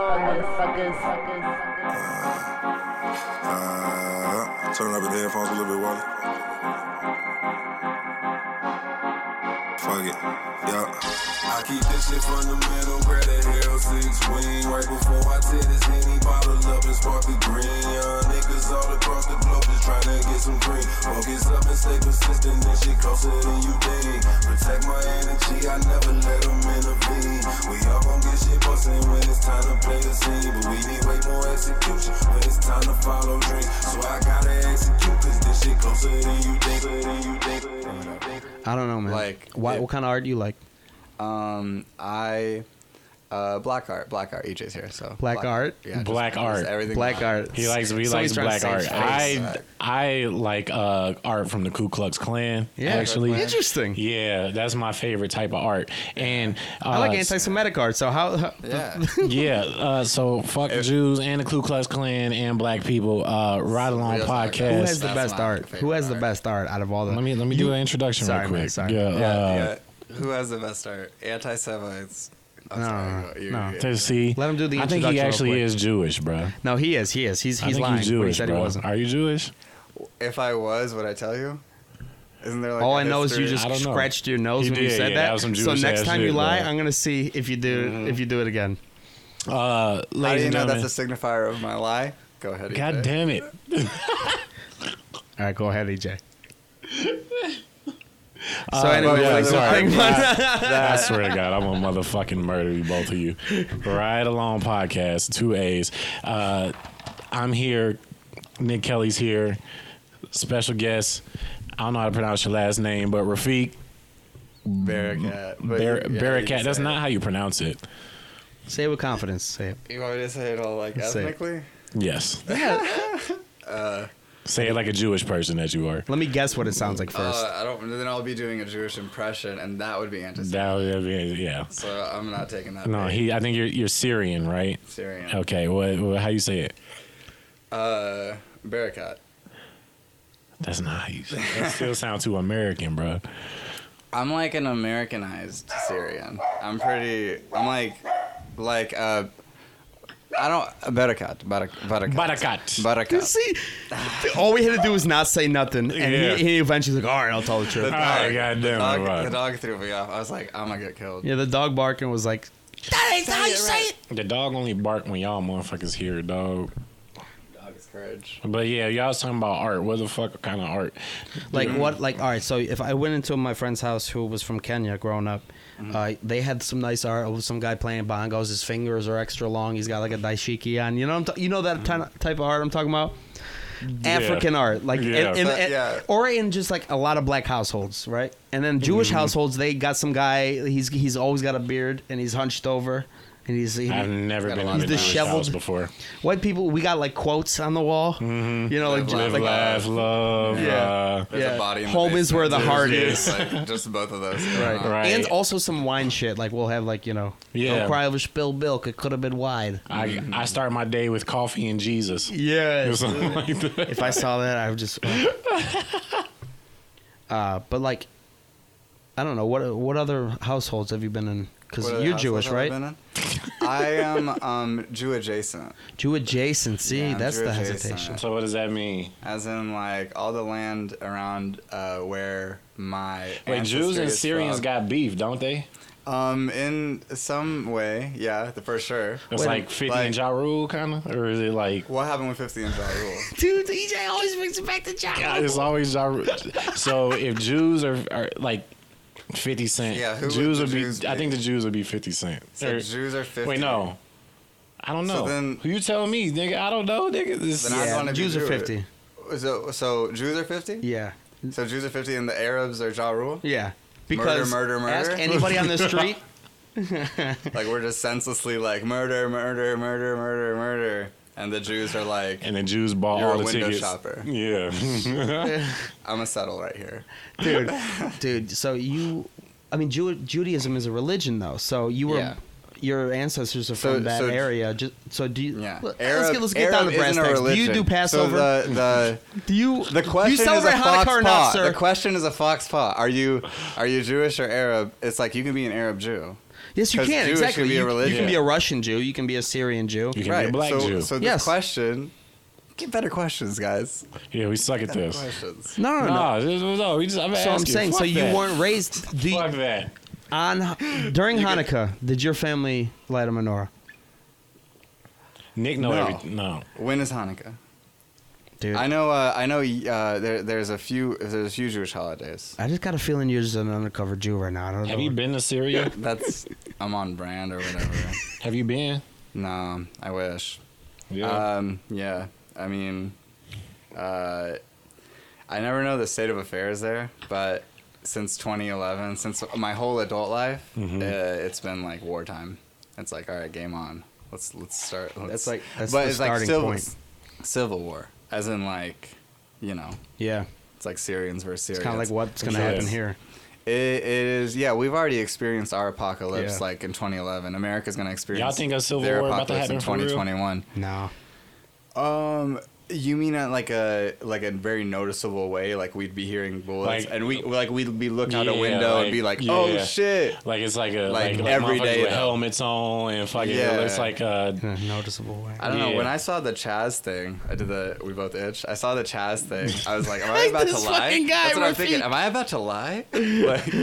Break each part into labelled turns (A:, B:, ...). A: motherfuckers.
B: Uh, turn up the headphones a little bit, Wally. Fuck it. Yeah.
C: I keep this shit from the metal, grab that Hell 6 wing. Right before I tear this Henny bottle up and spark the green. Young niggas all across the globe just trying to get some green. Focus up and stay consistent, this shit closer than you think. Protect my energy, I never let them intervene. We all gon' get shit bustin' when it's time to play the scene. But we need way more execution when it's time to follow dreams. So I gotta execute, cause this shit closer than you think. Than you think. Than you think.
D: I don't know, man.
E: Like,
D: Why,
E: it-
D: what kind of art do you like?
E: Um, I uh, black art, black art. EJ's here, so
D: Black art?
E: just-
F: Black
E: just
F: art.
E: everything
D: Black art.
F: He likes we
E: So
F: like
E: he's trying to
F: black
E: save
F: art.
E: face.
F: I
E: Right.
F: I like uh, art from the Ku Klux Klan.
D: Yeah.
F: actually,
D: Interesting.
F: Yeah, that's my favorite type of art. And uh,
D: I like anti-Semitic art. So how? how
E: Yeah,
F: yeah, uh, so fuck Jews and the Ku Klux Klan and black people. Uh, Ride along
E: Real talk.
F: podcast.
D: who has the
E: That's
D: best
E: my
D: art? Who
E: favorite
D: has the
E: art.
D: best art out of all the?
F: let me let me do an introduction
D: Sorry,
F: real
D: man,
F: quick.
D: sorry.
F: Yeah,
E: yeah,
F: uh,
E: yeah. Who has the best art? Anti Semites.
D: No, no.
F: To see,
D: Let him do the
F: I
D: introduction
F: think he
D: real
F: actually
D: quick.
F: is Jewish, bro.
D: No, he is. He is. He's
F: I
D: he's
F: think
D: lying.
F: you
D: when
F: Jewish,
D: he said
F: bro.
D: he wasn't.
F: Are you Jewish?
E: If I was, would I tell you? Isn't there like
D: All
E: I
D: I know is you
F: I
D: just
F: don't know.
D: scratched your nose
F: He
D: when you
F: did,
D: said
F: yeah,
D: that.
F: that was some
D: so
F: Jewish
D: next
F: ass
D: time you
F: shit,
D: lie,
F: bro.
D: I'm gonna see if you do
E: Mm-hmm.
D: if you do it again.
F: Uh,
E: How do
F: ladies
E: you
F: and
E: know that's
F: gentlemen.
E: a signifier of my lie? Go ahead. E
F: God
E: EJ.
F: damn it.
D: All right, go ahead, EJ.
F: Uh, oh,
D: So anyway,
F: yeah,
D: like, the
F: sorry.
D: thing was-
F: I swear to God, I'm gonna motherfucking murder you both of you. Ride along podcast, two A's. Uh, I'm here. Nick Kelly's here. Special guest. I don't know how to pronounce your last name, but Rafiq
E: Barricade. But
F: Bar-
E: yeah, E you
F: Barricade.
E: can
F: That's
E: say
F: not how you pronounce it.
D: Say it with confidence. Say it.
E: it. You want me to say it all like
D: Say it.
E: ethnically?
F: Yes.
E: Uh,
F: Say it like a Jewish person that you are.
D: Let me guess what it sounds like first.
E: Uh, I don't. Then I'll be doing a Jewish impression, and that would be anti-Semitic.
F: That would be, yeah.
E: So I'm not taking that.
F: No,
E: bait.
F: he. Oh. I think you're you're Syrian, right?
E: Syrian.
F: Okay. What? what how you say it?
E: Uh, Barakat.
F: That's not how you. Say it. That still sound too American, bro.
E: I'm like an Americanized Syrian. I'm pretty. I'm like, like uh, I don't uh, Barakat. Barak, Barakat.
F: Barakat.
D: You
E: Barakat.
D: see, all we had to do was not say nothing, and
F: Yeah.
D: he, he eventually was like, "All right, I'll tell the truth."
E: The
F: right,
E: dog-
F: goddamn
E: the
F: it,
E: dog-
F: right.
E: The dog threw me off. I was like, I'm gonna get killed.
D: yeah, the dog barking was like, "That ain't how you say it."
F: The dog only bark when y'all motherfuckers hear dog.
E: Dog is courage.
F: But yeah, y'all was talking about art. What the fuck kind of art?
D: Like what? Like all right. So if I went into my friend's house who was from Kenya growing up, uh, they had some nice art of some guy playing bongos. His fingers are extra long. He's got like a daishiki on. You know, what I'm ta- you know that ti- type of art I'm talking about. African art, like in-
F: Yeah.
D: in-
E: But,
D: in-
E: yeah.
D: or in just like a lot of black households, right? And then Jewish households, they got some guy. He's he's always got a beard and he's hunched over, and he's he,
F: I've
E: Mm-hmm.
F: never
E: Got a
F: been
E: lot
F: in
E: of
F: a Jewish
D: disheveled-
F: house before.
D: white people. We got like quotes on the wall, you know, like
E: Live,
D: just
F: Live,
D: like
F: laugh, love. uh,
D: Yeah.
F: Yeah.
E: There's
D: Yeah.
E: a body in the
D: Home
E: basement.
D: is where the
E: too.
D: heart
E: It's like, just both of those. going
D: Right.
E: on.
F: Right.
D: And also some wine shit. Like we'll have like you know,
F: Yeah.
D: don't cry over spilled milk. It could have been wine.
F: I I start my day with coffee and Jesus.
D: Yeah.
F: Or something like that.
D: if I saw that, I would just. uh, but like, I don't know what what other households have you been in? Because
E: What other
D: you're
E: house
D: Jewish,
E: have I been
D: right?
E: in? I am um, Jew adjacent,
D: Jew adjacent. See,
E: Yeah, I'm
D: that's
E: Jew
D: the
E: adjacent.
D: hesitation.
F: So what does that mean?
E: as in like all the land around uh, where my
F: Wait, Jews
E: ancestry
F: and
E: is
F: Syrians
E: from.
F: got beef, don't they?
E: Um, in some way, yeah, th- for sure.
F: It's
D: Wait,
F: like Fifty
E: like-
F: and Ja Rule kind of, or is it like?
E: What happened with 50 and Ja Rule?
D: Dude, EJ E always brings it back to John.
F: It's always Ja Rule. so if Jews are, are like Fifty Cent,
E: Yeah, who would
F: Jews
E: the
F: would be.
E: Jews
F: I
E: be?
F: think the Jews would be Fifty Cent.
E: So
F: Or-
E: Jews are 50.
F: Wait, no. I don't know.
E: So then-
F: Who you tell me, nigga? I don't know, nigga. This
E: Then I
F: yeah.
E: don't- wanna be
D: Jews are
E: Jewish.
D: fifty.
E: So, so Jews are 50?
D: Yeah.
E: So Jews are 50 and the Arabs are Ja Rule?
D: Yeah. Because
E: murder, murder.
D: ask anybody on the street.
E: Like, we're just senselessly like murder, murder, murder, murder, murder. And the Jews are like,
F: and the Jews bought
E: You're
F: all
E: a
F: the
E: window
F: tickets.
E: shopper.
F: Yeah.
E: I'm gonna settle right here.
D: dude dude so you i mean Jew, judaism is a religion though so you were
E: Yeah.
D: your ancestors are
E: So-
D: from that
E: so-
D: area just so do you
E: Yeah.
D: let- let's
E: Arab-
D: get, let's get down
E: Arab
D: to brass
E: isn't a
D: tacks do you do
E: religion.
D: passover
E: So the, the,
D: do you
E: The
D: do
E: question
D: you celebrate
E: is a fox
D: hanukkah or
E: paw.
D: not sir
E: The question is a fox paw. Are you are you Jewish or Arab? It's like you can be an Arab Jew.
D: Yes, you
E: 'Cause
D: can.
E: Jewish could
D: exactly.
E: be a
D: you, you
E: religion.
D: can be a Russian Jew. You can be a Syrian Jew.
F: You can be
E: Right.
F: a black
E: so,
F: Jew.
E: so this
D: Yes.
E: question. Get better questions, guys.
F: yeah, we suck at
E: Better
F: this.
E: questions.
D: No, no, no.
F: No, no, no. We just, I'm
D: so I'm
F: asking.
D: saying,
F: Fuck
D: so you
F: that.
D: weren't raised the,
F: Fuck that.
D: on during Hanukkah. Did your family light a menorah,
F: Nick know
E: No.
F: everything. No.
E: When is Hanukkah?
D: dude?
E: I know. Uh, I know. Uh, there, there's a few. There's a few Jewish holidays.
D: I just got a feeling you're just an undercover Jew right now. I don't
F: Have
D: know.
F: you been to Syria?
E: That's I'm on brand or whatever.
F: Have you been? Uh,
E: no, I wish.
F: Yeah.
E: Um, yeah. I mean, uh, I never know the state of affairs there, but since 2011, since my whole adult life,
F: Mm-hmm.
E: uh, it's been like wartime. It's like, all right, game on. Let's let's start. Let's,
D: That's like- that's
E: but
D: the
E: it's like
D: starting
E: civil,
D: point.
E: civil war, as in like, you know,
D: Yeah,
E: it's like Syrians versus Syrians.
D: it's kind of like what's going to
F: Yeah.
D: happen here.
E: It, it is. Yeah, we've already experienced our apocalypse.
D: Yeah.
E: Like in 2011, America's gonna experience.
F: think a civil
E: their
F: war about to
E: apocalypse
F: happen for real?
E: in 2021?
D: No,
E: Um, you mean at like a like a very noticeable way? Like we'd be hearing bullets,
F: Like-
E: and we like we'd be looking out a
F: Yeah,
E: window
F: like-
E: and be like,
F: yeah.
E: "Oh shit!"
F: like it's like a
E: Like
F: like, like,
E: every
F: motherfuckers
E: day,
F: with
E: though.
F: helmets on and fucking
E: Yeah.
F: it looks like
D: in
F: uh
D: a noticeable way.
E: I don't know.
F: Yeah.
E: When I saw the Chaz thing, I did the we both itch. I saw the Chaz thing. I was like, "Am I about to
D: This
E: lie?"
D: fucking guy,
E: That's what I'm
D: Rafiq.
E: thinking. Am I about to lie? Like,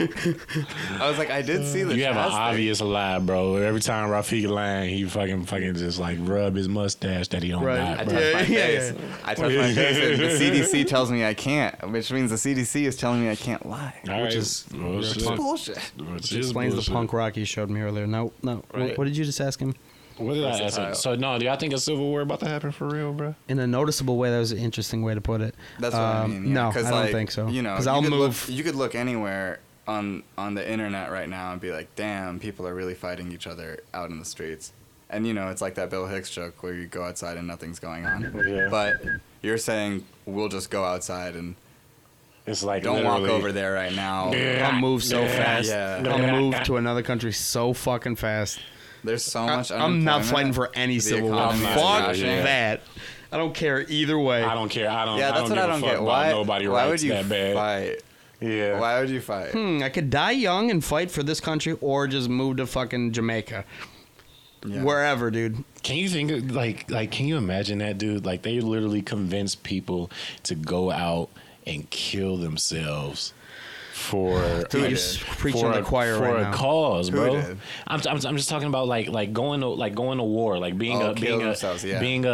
E: I was like, I did see the.
F: you have an
E: Chaz thing.
F: obvious lie, bro. Every time Rafiq lying, he fucking fucking just like rub his mustache that he don't
D: Right. I
F: got,
E: I
F: bro.
E: touch my
D: Yeah,
E: face. I touch my face. And the CDC tells me I can't, which means the CDC is telling me I can't lie.
F: All right.
D: is
F: Well, shit.
D: punk-
E: Bullshit.
F: Well, shit
D: Which explains
F: bullshit.
D: the punk rock you showed me earlier. No, no. Wh-
F: Right.
D: What did you just ask him?
F: What did I ask?
E: Versatile.
F: him? So no, do y'all think a civil war about to happen for real, bro?
D: In a noticeable way, that was an interesting way to put it.
E: That's what I
D: Um,
E: mean. yeah,
D: No, I
E: 'cause,
D: don't
E: like,
D: think so.
E: You know,
D: because
E: you
D: I'll
E: could look-
D: move.
E: you could look anywhere on on the internet right now and be like, "Damn, people are really fighting each other out in the streets." And you know, it's like that Bill Hicks joke where you go outside and nothing's going on.
F: Yeah.
E: But you're saying we'll just go outside and
F: It's like
E: don't walk
F: literally-
E: over there right now.
F: Yeah.
D: I'll move so
F: Yeah.
D: fast.
E: Yeah.
D: I'll move to another country so fucking fast.
E: There's so
D: I-
E: much.
D: I'm not
E: unemployment.
D: fighting for any
E: The
D: civil war.
E: economy is
D: Fuck
E: crashing.
D: that. I don't care either way.
F: I don't care. I don't.
E: Yeah,
F: I
E: that's
F: don't
E: what
F: give
E: I
F: a
E: don't
F: fuck
E: get.
F: about
E: Why?
F: nobody
E: why would
F: rights
E: you
F: that bad?
E: fight?
F: Yeah.
E: Why would you fight?
D: Hmm, I could die young and fight for this country, or just move to fucking Jamaica,
E: Yeah.
D: wherever, dude.
F: Can you think of, like like can you imagine that dude? Like they literally convinced people to go out and kill themselves for
D: Dude,
F: like,
D: you're s- preaching to the choir
F: for
D: right
F: a
D: now.
F: cause,
E: Who
F: bro.
E: did?
F: I'm, I'm I'm just talking about like like going to like going to war, like being
E: Oh,
F: a
E: kill
F: being
E: themselves,
F: a
E: yeah.
F: being a a,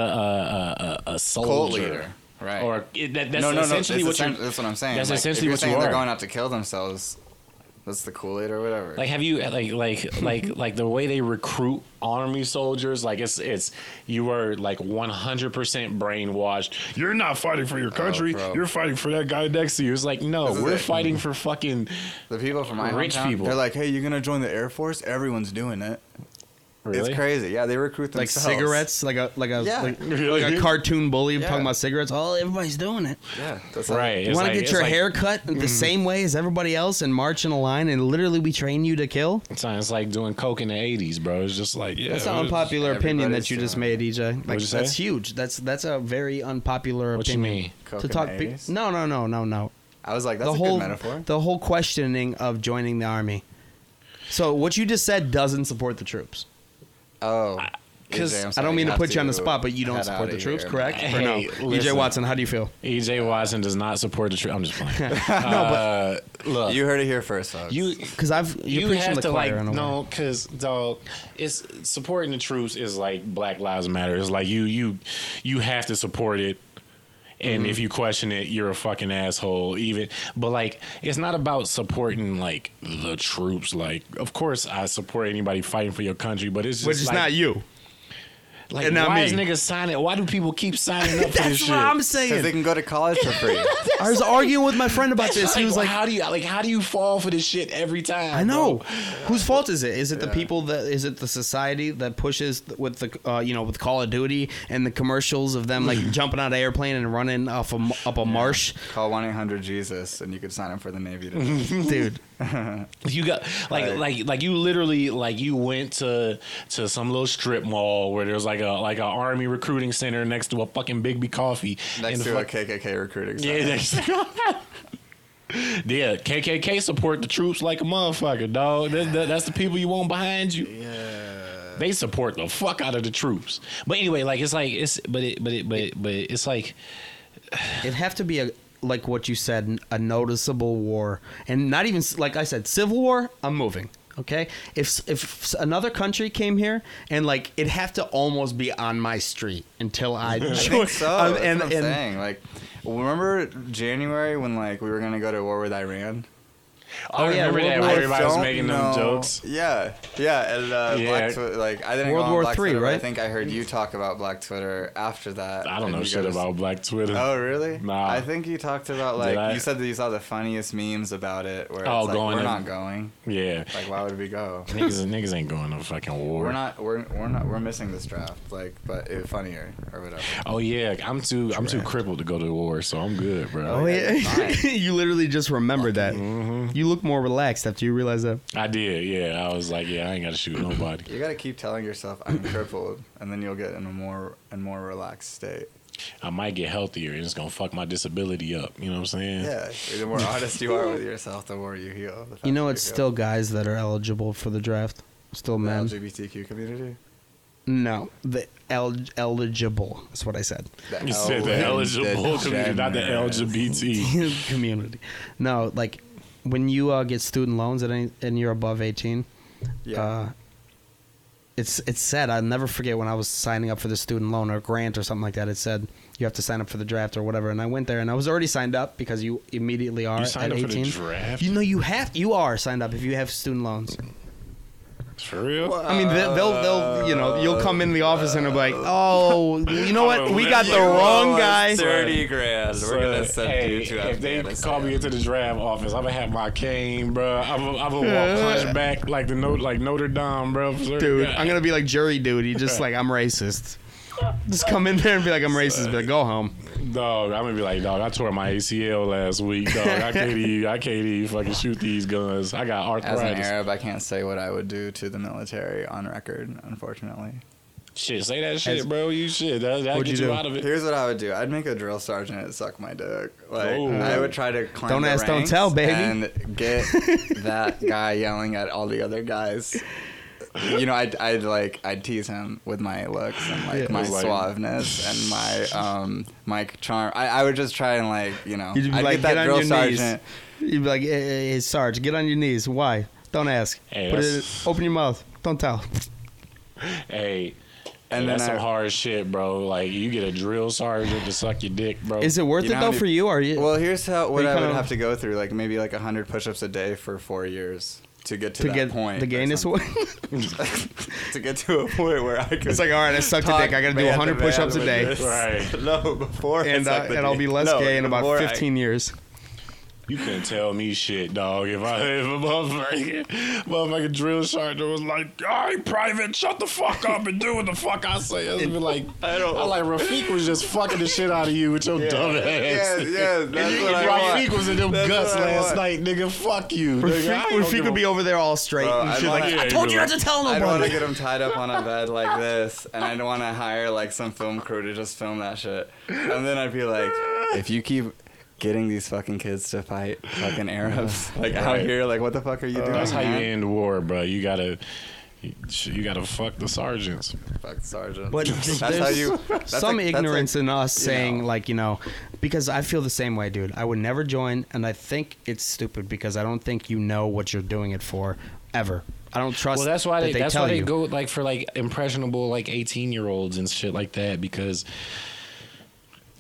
F: a, a, a soldier.
E: Cult leader, right?
F: Or it, that, that's
E: no, no, no. That's,
F: essentially what
E: essen-
F: you're.
E: that's what I'm saying.
F: that's
E: Like,
F: essentially
E: if you're
F: what you
E: saying
F: are.
E: They're going out to kill themselves. That's the Kool Aid or whatever.
F: Like have you like like like like the way they recruit army soldiers? Like it's it's you are like one hundred percent brainwashed. You're not fighting for your country.
E: Oh, bro.
F: You're fighting for that guy next to you. It's like no,
E: This is
F: we're
E: it.
F: fighting for fucking
E: the people from my
F: Rich
E: hometown,
F: people.
E: They're like, hey, you're gonna join the Air Force? Everyone's doing it.
F: Really?
E: It's crazy. Yeah, they recruit
D: Like
E: themselves.
D: cigarettes, like a like a
E: Yeah.
D: like,
F: Really?
D: like a cartoon bully
E: Yeah.
D: talking about cigarettes. Oh, everybody's doing it.
E: Yeah, that's how-
F: right.
D: You
F: It's
D: want
F: like-
D: to get
F: it's
D: your
F: like-
D: hair cut
E: Mm-hmm.
D: the same way as everybody else and march in a line and literally we train you to kill?
F: It's like- it's like doing coke in the eighties, bro. It's just like yeah.
D: That's an
F: what-
D: unpopular opinion
E: everybody's
D: that you just made,
E: doing
D: EJ. Like,
F: you say?
D: that's huge. That's that's a very unpopular
F: What you
D: opinion.
F: mean?
E: Coke
D: to
E: in
D: talk
E: the
D: pe-
E: 80s?
D: No, no, no, no, no.
E: I was like, that's
D: the
E: a
D: whole
E: good metaphor.
D: the whole questioning of joining the army. So what you just said doesn't support the troops.
E: oh,
F: 'cause
E: EJ, I'm
D: I
E: sorry,
D: don't mean to
E: have
D: put you on the
E: to
D: spot, but you don't
E: head
D: support
E: outta
D: the troops,
E: here.
D: correct? or no?
F: Hey,
D: EJ
F: listen.
D: Watson, how do you feel?
F: EJ E Watson does not support the truth. I'm just playing. no, but look,
E: You heard it here first, folks.
F: you
D: Because I've you're
F: you
D: preaching
F: have
D: the
F: to like
D: choir in a way.
F: no, because dog, it's supporting the troops is like Black Lives Matter. It's like you you you have to support it,
D: Mm-hmm.
F: and if you question it, you're a fucking asshole. Even but like it's not about supporting like the troops. Like of course I support anybody fighting for your country, but it's just
D: which is
F: like,
D: not you.
F: Like
D: and not
F: why
D: me.
F: is niggas signing? Why do people keep signing up for this
D: That's
F: shit?
D: what I'm
E: because they
D: saying.
E: can go to college for free.
D: I was arguing with my friend about this.
F: Like,
D: He was like,
F: "How do you like? How do you fall for this shit every time?"
D: I know.
F: bro?
D: Whose fault is it? Is it the people that? Is it the society that pushes th- with the uh, you know with Call of Duty and the commercials of them like jumping out of airplane and running off a, m- up a marsh,
E: Call one eight hundred Jesus, and you could sign up for the Navy. Today.
D: dude?
F: You got like
E: Right.
F: like like you literally like you went to to some little strip mall where there's like a like an army recruiting center next to a fucking Big B coffee
E: Next
F: and
E: to
F: fuck-
E: a KKK recruiting.
F: yeah
E: center.
F: next Yeah, KKK support the troops like a motherfucker, dog. That, that- that's the people you want behind you. Yeah. They support the fuck out of the troops. But anyway, like it's like it's but it but it but it, but it's like
D: It'd have to be a like what you said, a noticeable war, and not even like I said, civil war. I'm moving. Okay, if if another country came here and like it'd have to almost be on my street until I Um,
E: I think so. That's what I'm saying. Like, remember January when like we were gonna go to war with Iran?
F: I
D: yeah,
F: remember
D: World
F: that
D: War-
F: when everybody was
E: don't
F: making
E: know.
F: them jokes.
E: Yeah, yeah, and uh,
F: Yeah.
E: Black Twitter. Like I didn't
D: World
E: go on
D: War
E: Black
D: Three,
E: Twitter, but I
D: right?
E: think I heard you talk about Black Twitter after that.
F: I don't
E: and
F: know
E: you
F: shit
E: guys-
F: about Black Twitter.
E: Oh really?
F: Nah.
E: I think you talked about like
F: I?
E: you said that you saw the funniest memes about it. Where
F: Oh,
E: it's like,
F: going
E: we're
F: to-
E: not going.
F: Yeah,
E: Like why would we go?
F: niggas, niggas ain't going to fucking war.
E: We're not. We're, we're not. We're missing this draft. Like, but it, funnier or whatever.
F: Oh yeah, I'm too I'm too crippled to go to war, so I'm good, bro.
D: Oh yeah, you literally just remembered that.
E: Mm-hmm.
D: You look more relaxed after you realize that.
F: I did, yeah. I was like, yeah, I ain't got to shoot nobody.
E: You gotta keep telling yourself I'm crippled, and then you'll get in a more and more relaxed state.
F: I might get healthier and it's gonna fuck my disability up. You know what I'm saying?
E: Yeah, the more honest you are with yourself, the more you heal. the
D: You know,
E: faster
D: it's
E: go.
D: still guys that are eligible for the draft. Still
E: the
D: men.
E: LGBTQ community.
D: No, the el- eligible. That's what I said.
E: The
F: You said
E: L
F: the
E: and the
F: eligible community, not the
E: gender.
F: LGBT.
D: community. No, like when you uh, get student loans at any, and you're above 18,
E: Yeah.
D: uh, it's it's said I'll never forget when I was signing up for the student loan or grant or something like that. It said you have to sign up for the draft or whatever, and I went there and I was already signed up because you immediately are
F: You signed
D: at
F: up for the
D: 18.
F: draft?
D: You know you have you are signed up if you have student loans.
F: For real?
D: I mean, they'll, they'll, they'll, you know, you'll come in the office and they'll be like, oh, you know what? We got the
F: You
D: wrong guy.
E: Thirty grand. We're gonna
F: So,
E: send
F: hey,
E: you to
F: if they
E: Afghanistan.
F: call me into the draft office, I'm gonna have my cane, bro. I'm gonna I'm gonna walk punch back like the note, like Notre Dame, bro.
D: Dude, I'm going to be like jury duty, just like, I'm racist. Just come in there and be like, I'm racist, but go home.
F: Dog, I'm gonna be like, dog. I tore my ACL last week, dog. I can't even, I can't even fucking shoot these guns. I got
E: As an
F: arthritis.
E: Arab, I can't say what I would do to the military on record, unfortunately.
F: Shit, say that shit, bro. You shit. That that
D: What'd
F: get
D: you
F: you,
D: do?
F: out of it.
E: Here's what I would do. I'd make a drill sergeant suck my dick. Like
F: Ooh.
E: I would try to climb
D: Don't
E: the
D: ask, don't
E: ranks
D: tell, baby.
E: and get that guy yelling at all the other guys. You know, I'd, I'd like I'd tease him with my looks and like
D: Yeah.
E: my
F: It was like-
E: suaveness and my um my charm. I, I would just try and like you know
D: You'd be
E: I'd
D: like, get
E: get that
D: on
E: drill
D: your
E: sergeant.
D: knees. You'd be like, hey, hey, hey, Sarge, get on your knees. Why? Don't ask.
F: Hey,
D: Put it,
F: that's-
D: open your mouth. Don't tell.
F: Hey,
E: And
F: and that's
E: then
F: some
E: I-
F: hard shit, bro. Like you get a drill sergeant to suck your dick, bro.
D: Is it worth
E: You
D: it,
E: know how
D: though,
E: many-
D: for you? Are you?
E: Well, here's how what
D: You
E: I would
D: kinda-
E: have to go through like maybe like hundred push-ups a day for four years to get to,
D: to
E: that
D: get
E: point.
D: the
E: or
D: gayness
E: something.
D: one?
E: to get to a point where I could.
D: it's like, all right, I sucked a
E: Talk
D: dick. I got to do
E: man
D: 100
E: man
D: push ups a
E: with
D: day.
E: this.
F: Right.
E: No, before I
D: And, uh,
E: suck the
D: and I'll
E: dick.
D: be less
E: No,
D: gay in about
E: before I-
D: 15 years.
F: You couldn't tell me shit, dog. If I if a motherfucking, motherfucking drill sergeant was like, "All right, private, shut the fuck up and do what the fuck I say," I'd be like, "I don't." I like Rafik was just fucking the shit out of you with your dumb ass.
E: Yes, yes, that's what I
F: Rafik
E: want.
F: was in them
E: That's
F: guts
E: what I want.
F: last night, nigga. Fuck you. nigga. I
D: Rafik,
F: don't
D: Rafik
F: give
D: would
F: a
D: be over there all straight.
E: Bro,
D: and
E: I'd
D: shit like,
E: wanna-
D: I told you
F: Yeah,
D: not to tell
E: I don't want to
D: nobody.
E: get him tied up on a bed like this, and I'd want to hire like some film crew to just film that shit, and then I'd be like, if you keep. Getting these fucking kids to fight fucking Arabs like out
F: Right.
E: here, like what the fuck are you
D: Uh,
E: doing?
F: That's how you
E: man?
F: end war, bro. You gotta, you gotta fuck the sergeants.
E: Fuck sergeant.
D: But
E: that's
D: there's
E: how you. That's
D: some
E: like- that's
D: ignorance
E: like-
D: in us
E: you
D: saying
E: know.
D: like you know because i feel the same way dude i would never join and i think it's stupid because i don't think you know what you're doing it for ever i don't trust
F: Well, that's why
D: that
F: they, that's
D: tell
F: why they
D: you
F: go like for like impressionable like eighteen year olds and shit like that because.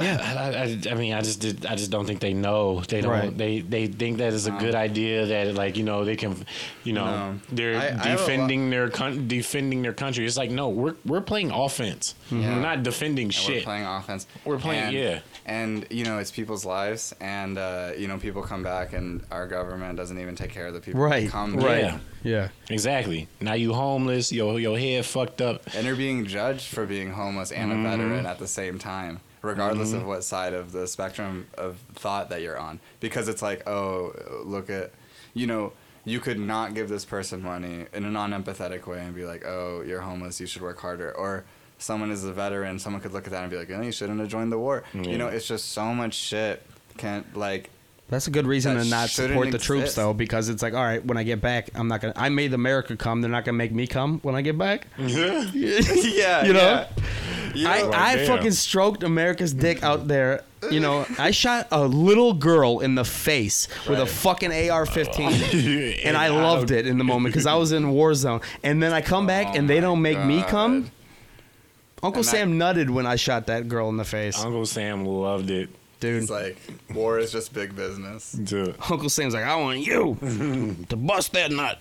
F: Yeah, I, I, I mean, I just did. I just don't think they know. They don't.
D: Right.
F: They they think that is a good idea. That like you know they can, you know,
E: No.
F: they're
E: I- I have a
F: defending their con- defending their country. It's like no, we're we're playing offense. We're not defending
E: and
F: shit.
E: We're playing offense.
F: We're playing-
E: and,
F: yeah.
E: And you know, it's people's lives, and uh, you know, people come back, and our government doesn't even take care of the people. who
D: Right,
E: Come
F: right.
E: back.
D: yeah
F: Exactly. Now you homeless. Your your head fucked up.
E: And they're being judged for being homeless and a
D: Mm-hmm.
E: veteran at the same time, regardless of what side of the spectrum of thought that you're on. Because it's like, oh, look at, you know. You could not give this person money in a non-empathetic way and be like, "Oh, you're homeless. You should work harder." Or someone is a veteran. "Oh, Someone could look at that and be like, "No, you shouldn't have joined the war." You know, it's just so much shit. Can not like
D: That's a good reason
E: That
D: to not
E: shouldn't
D: support the troops,
E: exist.
D: though, because it's like, all right, when I get back, I'm not gonna. I made America come. They're not gonna make me come when I get back.
E: yeah,
D: You know?
E: yeah. You
D: I,
E: know,
F: Like,
D: I
F: damn.
D: fucking stroked America's dick out there. You know, I shot a little girl in the face with a
E: Right.
D: fucking AR 15. and I
F: And I-
D: loved it in the moment because I was in war zone. And then I come back
E: Oh
D: and they
E: my
D: don't make me
E: God.
D: come. Uncle
E: And I-
D: Sam nutted when I shot that girl in the face.
F: Uncle Sam loved it.
D: Dude,
E: it's like war is just big business.
F: Dude.
D: Uncle Sam's like, I want you to bust that nut.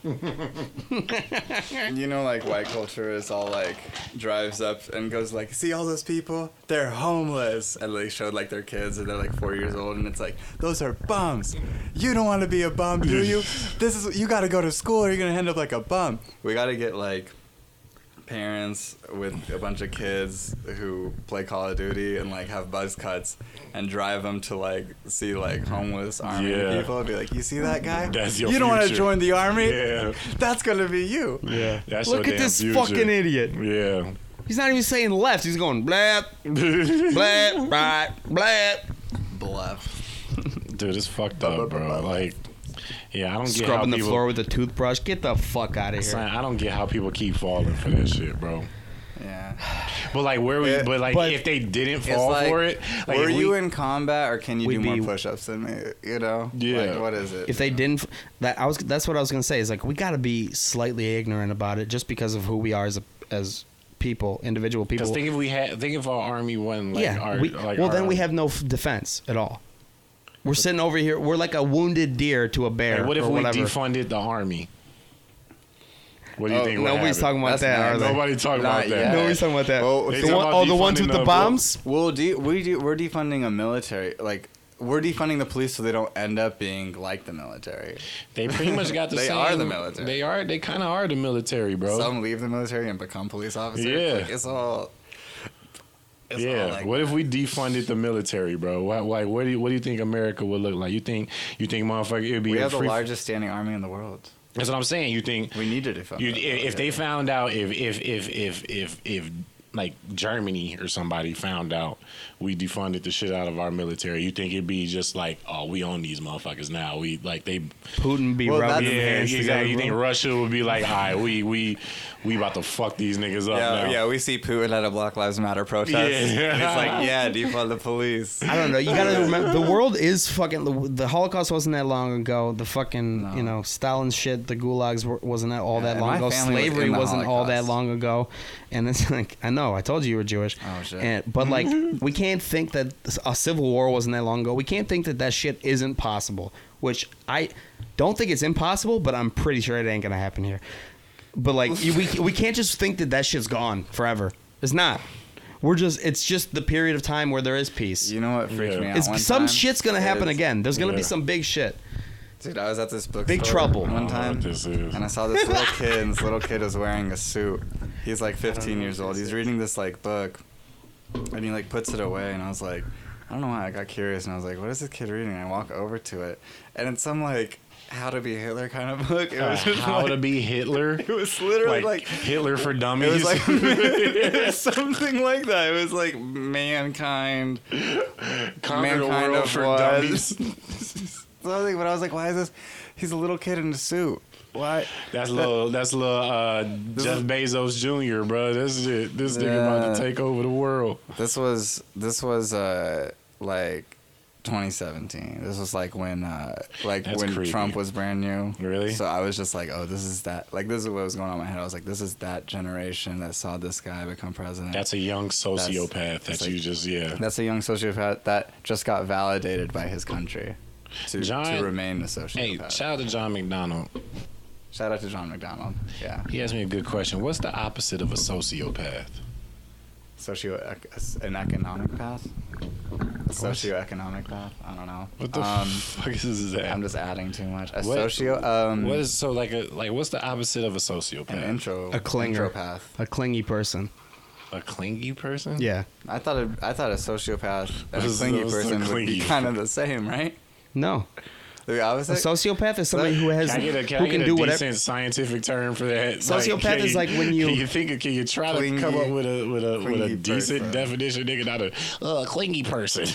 E: And you know, like white culture is all like drives up and goes like, "See all those people? They're homeless." And they showed like their kids, and they're like four years old, and it's like, "Those are bums. You don't want to be a bum, do you? This is you got to go to school, or you're gonna end up like a bum." We got to get like parents with a bunch of kids who play Call of Duty and like have buzz cuts and drive them to like see like homeless army
F: Yeah.
E: people and be like, "You see that guy?
F: That's your
E: you don't want to
F: future."
E: join the army?
F: Yeah.
E: That's gonna be you."
F: Yeah. That's
D: Look
F: your
D: at
F: damn
D: this
F: future.
D: fucking idiot.
F: Yeah.
D: He's not even saying left. He's going blap, blap, right, blap.
E: Bluff.
F: Dude, it's fucked up, bro. Like, yeah, I don't get how
D: Scrubbing the
F: people.
D: floor with a toothbrush. Get the fuck out of
F: Son,
D: here.
F: I don't get how people keep falling for that shit, bro.
E: Yeah.
F: But like, where we?
E: Yeah,
F: but like,
D: but-
F: if they didn't
E: It's
F: fall
E: like,
F: for it, like,
E: were
F: if
E: you
F: we-
E: in combat or can you
D: we'd
E: do more
D: be-
E: push-ups than me? You know?
F: Yeah.
E: Like, what is it?
D: If they didn't, that I was. That's what I was gonna say. Is like we gotta be slightly ignorant about it, just because of who we are as a, as people, individual people.
F: Because think if we had, think if our army wasn't like,
D: yeah.
F: our,
D: we-
F: like
D: well,
F: our
D: then we
F: army.
D: have no f- defense at all. We're sitting over here. We're like a wounded deer to a bear.
F: Like, what if
D: or
F: we
D: whatever.
F: defunded the army? What do you
E: Oh,
F: think? would
D: Nobody's
F: happen?
D: talking about
E: That's
D: that,
E: not-
D: are they?
F: Nobody talking about
E: Not
F: that.
E: yet.
D: Nobody's talking about that.
E: Well,
F: They
D: the
F: talking
D: one,
F: about
D: oh, the ones with
F: defunding
D: the
F: the-
D: bombs.
E: Well, do we do we're defunding a military like we're defunding the police so they don't end up being like the military.
F: They pretty much got the
E: They
F: same.
E: are the military.
F: They are. They kind of are the military, bro.
E: Some leave the military and become police officers.
F: Yeah.
E: Like, it's all. It's
F: yeah.
E: All like,
F: what if we defunded the military, bro? Why, why, what do you, what do you think America would look like? You think you think motherfucker it'd be
E: we
F: a
E: have the
F: free,
E: largest standing army in the world?
F: That's what I'm saying. You think
E: We need to defund.
F: you,
E: the
F: if, if they
E: military.
F: found out if if if if if if like Germany or somebody found out we defunded the shit out of our military, you think it'd be just like, oh, we own these motherfuckers now. We like they
D: Putin be
E: Well,
D: rubbing
E: that's-
D: their
F: yeah,
D: hands
F: exactly.
D: together.
F: You think Russia would be like, all right, we we we about to fuck these niggas up
E: Yeah,
F: now.
E: yeah, we see Putin at a Black Lives Matter protest.
F: Yeah.
E: And it's like, yeah, defund the police.
D: I don't know. You gotta remember the world is fucking. The, the Holocaust wasn't that long ago. The fucking you know Stalin shit. The gulags were, wasn't that all
E: Yeah,
D: that
E: and
D: long
E: my
D: ago.
E: family was
D: Slavery
E: in the
D: was not all that
E: Holocaust.
D: long ago. And it's like I know I told you you were Jewish.
E: Oh, shit.
D: And, but like we can't think that a civil war wasn't that long ago. We can't think that that shit isn't possible. Which I don't think it's impossible, but I'm pretty sure it ain't gonna happen here. But like you- we we can't just think that that shit's gone forever. It's not. We're just it's just the period of time where there is peace.
E: You know what freaked
F: Yeah.
E: me out?
D: It's,
E: one
D: some
E: time?
D: shit's gonna happen
E: Is-
D: again. There's gonna be
F: Yeah.
D: some big shit.
E: Dude, I was at this bookstore.
D: Big trouble.
F: I don't
E: One
F: know what
E: time,
F: this is.
E: and I saw this little kid, and this little kid was wearing a suit. He's like 15 years old. He's reading this like book, and he like puts it away, and I was like, I don't know why I got curious, and I was like, what is this kid reading? And I walk over to it, and it's some like How to Be Hitler kind of book. It
F: Uh,
E: was just
F: how
E: like,
F: to be Hitler?
E: It was literally like.
F: like, Hitler for
E: it
F: dummies.
E: was like it was something like that. It was like mankind,
F: Conquer the
E: mankind
F: world
E: of
F: for
E: was.
F: dummies.
E: something. But I was like, why is this? He's a little kid in a suit. Why?
F: That's little. That's little uh, Jeff Bezos Jr. Bro, this is it. This nigga about to
E: Yeah.
F: take over the world.
E: This was this was uh like 2017. This was like when uh like
F: That's
E: when
F: creepy.
E: Trump was brand new.
F: Really?
E: So I was just like, oh, this is that. Like this is what was going on in my head. I was like, this is that generation that saw this guy become president.
F: That's a young sociopath that
E: that's like-
F: you just yeah.
E: that's a young sociopath that just got validated by his country to,
F: John-
E: to remain a
F: Hey,
E: sociopath.
F: shout out to John McDonald.
E: Shout out to John McDonald. Yeah,
F: He asked me a good question. What's the opposite of a sociopath?
E: socio an economic path, socioeconomic path. I don't know.
F: What the
E: um,
F: fuck is that?
E: I'm just adding too much. A
F: What-
E: socio. Um,
F: what is so like a like? What's the opposite of a sociopath?
E: an intro?
D: A clinger.
E: Intro path.
D: A clingy person.
F: a clingy person?
D: Yeah.
E: I thought a, I thought a sociopath and a
F: Those-
E: clingy
F: those are
E: person would be
F: clingy.
E: kind of the same, right?
D: No.
E: The opposite.
D: A sociopath is somebody who has
F: Can I get a, can
D: who
F: I
D: can
F: get a
D: do
F: decent
D: whatever.
F: scientific term for that?
D: Sociopath
F: can
D: is like when you-
F: can you think can you try to come
E: Clingy-
F: up with a with a with a
E: clingy
F: decent
E: person.
F: definition, nigga, not a uh, clingy person.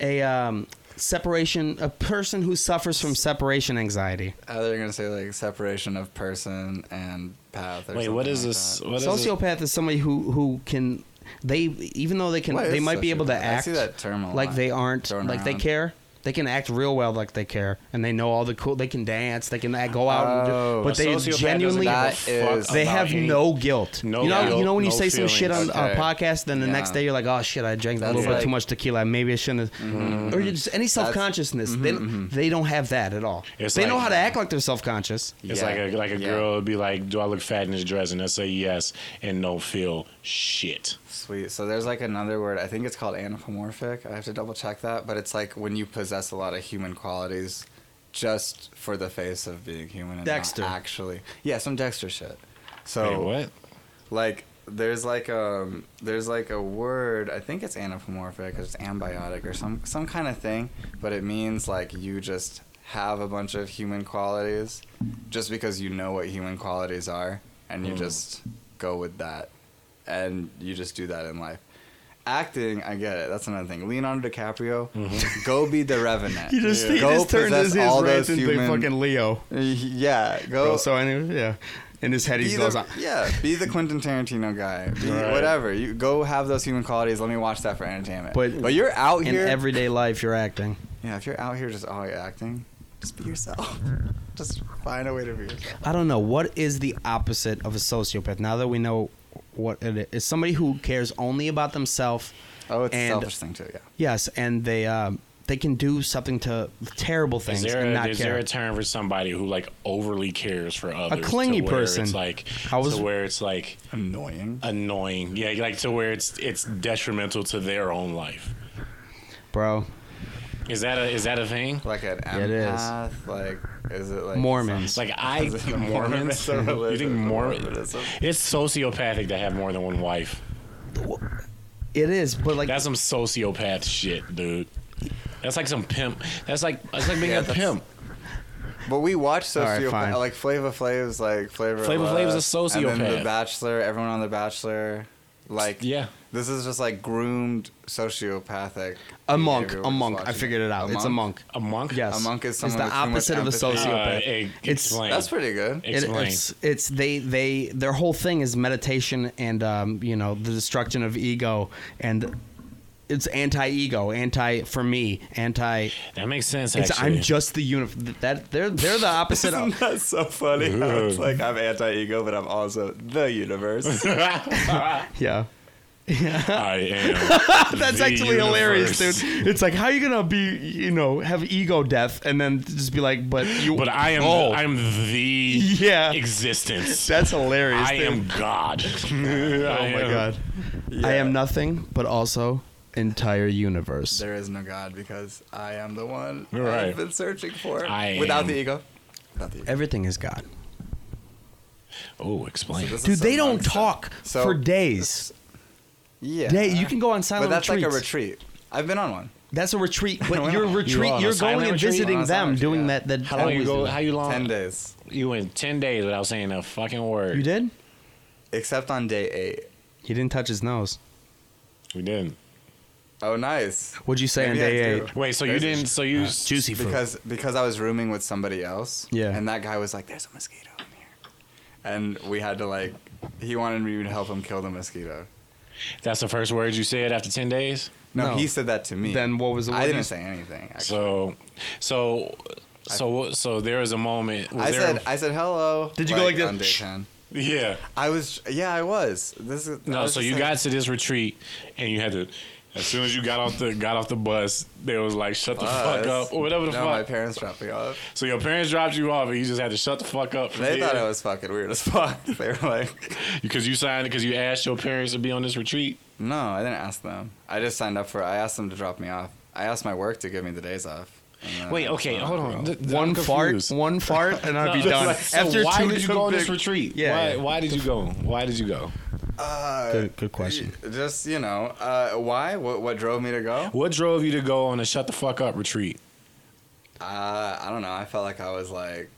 D: A um separation, a person who suffers from separation anxiety.
E: Uh, they're gonna say like separation of person and path. Or
F: Wait,
E: something
F: what is
E: like
F: this?
E: that.
F: What is this?
D: sociopath is somebody who who can they even though they can
E: What
D: they
E: is
D: might be able to
E: sociopath? I
D: act
E: see that term a
D: like
E: lot
D: they aren't
E: thrown
D: like they
E: around.
D: care. They can act real well like they care, and they know all the cool. They can dance. They can act, go out,
E: Oh.
D: and do, but
F: A
D: they
F: sociopath doesn't
D: genuinely
F: give a
E: That
F: fuck
E: is-
D: they
F: about
D: have
F: any-
D: no guilt.
F: No
D: you know,
E: guilt,
D: you know when you
F: no
D: say some shit on
F: feelings.
D: a
E: Okay.
D: podcast, then the
E: Yeah.
D: next day you're like, oh shit, I drank a
E: That's
D: little bit
E: like- Mm-hmm.
D: too much tequila. Maybe I shouldn't. have Or you just any self consciousness. they they don't have that at all.
F: It's
D: they know
F: like-
D: how to act like they're self conscious.
F: It's
E: Yeah.
F: like a like a
E: Yeah.
F: girl would be like, "Do I look fat in this dress?" And I say yes, and don't feel shit.
E: Sweet. So there's like another word. I think it's called anthropomorphic. I have to double check that, but it's like when you possess a lot of human qualities, just for the face of being human. And not
D: Dexter.
E: actually, yeah, some Dexter shit. So
F: Wait, what?
E: like there's like um there's like a word i think it's anthropomorphic or it's ambiotic or some some kind of thing but it means like you just have a bunch of human qualities just because you know what human qualities are and
D: Hmm.
E: you just go with that and you just do that in life acting i get it that's another thing leonardo dicaprio go be the revenant
D: Mm-hmm. He just, he
E: go
D: just turned
E: possess
D: his, his
E: all
D: rant
E: those
D: into
E: human
D: fucking Leo.
E: yeah go
D: Bro, so anyway, yeah. In his head,
E: be
D: he
E: the-
D: goes on.
E: Yeah, be the Quentin Tarantino guy. Be
F: Right.
E: Whatever. You go have those human qualities. Let me watch that for entertainment.
D: But-
E: But you're out
D: In
E: here.
D: everyday life, you're acting.
E: yeah, if you're out here just all acting, just be yourself. just find a way to be yourself.
D: I don't know what is the opposite of a sociopath. Now that we know what it is, it's somebody who cares only about themselves.
E: Oh, it's
D: and,
E: a selfish thing too. Yeah.
D: Yes, and they um, they can do something to terrible
F: Is
D: things
F: there,
D: and
F: a,
D: not
F: is there
D: care.
F: a term for somebody who like overly cares for others? to
D: clingy
F: where
D: person.
F: It's like
D: I was-
F: to where it's like
E: Annoying.
F: annoying. Yeah, like to where it's it's detrimental to their own life.
D: Bro,
F: Is that a is that a thing?
E: Like an
D: it is.
E: empath. Like, is it like
D: Mormons.
F: Like I
E: Is it
F: Mormons.
E: Mormons or
F: You think
E: religion?
F: Mormon?
E: Mormonism?
F: It's sociopathic to have more than one wife.
D: it is, but like
F: That's some sociopath shit, dude. That's like some pimp. That's like that's like being
E: Yeah,
F: a
E: that's-
F: pimp.
E: But we watch
D: right,
E: sociopath
D: fine.
E: like Flavor Flav's like Flavor.
F: Flavor
E: Flav,
F: Flav's a
E: And then
F: sociopath.
E: The Bachelor, everyone on The Bachelor, like
F: Yeah.
E: This is just like groomed sociopathic.
D: a monk,
E: behavior
D: a
E: we're
D: monk. I
E: watching.
D: figured it out. it's a monk.
F: A monk.
D: Yes,
E: A monk is
D: it's
E: someone
D: the
E: with too much
D: opposite of a
E: empathy.
F: Uh,
D: sociopath.
F: e-
D: It's-
F: explain.
E: That's pretty good.
D: It-
F: Explain.
D: it's it's they they their whole thing is meditation and um, you know the destruction of ego and it's anti-ego, anti for me, anti.
F: that makes sense. Actually.
D: It's I'm just the unif. That they're they're the opposite. of,
E: That's so funny.
F: Yeah.
E: It's like I'm anti-ego, but I'm also the universe.
D: yeah,
F: I am.
D: that's
F: the
D: actually hilarious,
F: universe.
D: dude. It's like how you gonna be you know have ego death and then just be like, but you.
F: But I am.
D: Oh.
F: I'm the
D: Yeah.
F: existence.
D: that's hilarious.
F: I
D: dude.
F: am God. oh
D: Oh my god. I am nothing, but also entire universe.
E: there is no God because I am the one
F: You're right.
E: I've been searching for
F: I
E: without
F: am-
E: the ego. Without the ego.
D: Everything is God.
F: Oh, explain.
E: This is
D: Dude,
E: so
D: they don't
E: nonsense.
D: talk
E: So-
D: for days.
E: Yeah.
D: Day, you can go on silent
E: But that's like a
D: retreats.
E: retreat. I've been on one.
D: That's a retreat,
E: Wow.
D: but your
E: You
D: retreat,
F: are on
D: you are
F: a silent
D: going and
F: retreat?
D: visiting
E: On a
D: them,
E: silent retreat,
D: doing
E: yeah.
D: that. That
F: How long you go? How you long?
D: Oh.
E: Ten days,
F: You went ten days without saying a fucking word.
D: You did?
E: except on day eight.
D: He didn't touch his nose.
F: We didn't.
E: Oh, nice.
D: What'd you say
E: Maybe
D: on
E: I
D: day
E: do.
D: eight?
F: Wait, so you
E: There's-
F: didn't? So you juicy
E: because because I was rooming with somebody else.
D: Yeah.
E: And that guy was like, "There's a mosquito in here," and we had to like, he wanted me to help him kill the mosquito.
F: That's the first words you said after ten days.
E: No,
D: No.
E: he said that to me.
D: Then what was the
E: I
D: word
E: didn't
D: you-
E: say anything. Actually.
F: So, so, so, so there was a moment. Was
E: I
F: there,
E: said I said hello.
D: Did you go like this?
E: on day ten?
F: yeah.
E: I was yeah I was. This is I
F: No,
E: was
F: so
E: just
F: you
E: like-
F: got to this retreat and you had to. As soon as you got off the got off the bus, they was like, "Shut the
E: Us.
F: fuck up" or whatever the
E: no, my
F: fuck.
E: parents dropped me off.
F: so your parents dropped you off, and you just had to shut the fuck up.
E: They thought I was fucking weird as fuck. They were like,
F: because you signed because you asked your parents to be on this retreat.
E: "No, I didn't ask them. I just signed up for. I asked them to drop me off. I asked my work to give me the days off." and then
F: Wait,
E: I
F: okay,
E: just-
F: hold on. Th- th-
D: One
F: I'm
D: fart,
F: confused.
D: one fart, and I'll be done.
F: Like, so why did you go on this
D: big-
F: retreat?
D: Yeah,
F: why,
D: yeah.
F: why did you go? Why did you go?
E: Uh,
D: Good- good question.
E: y- Just you know, uh, why? What, what drove me to go?
F: What drove you to go on a shut the fuck up retreat?
E: Uh, I don't know. I felt like I was like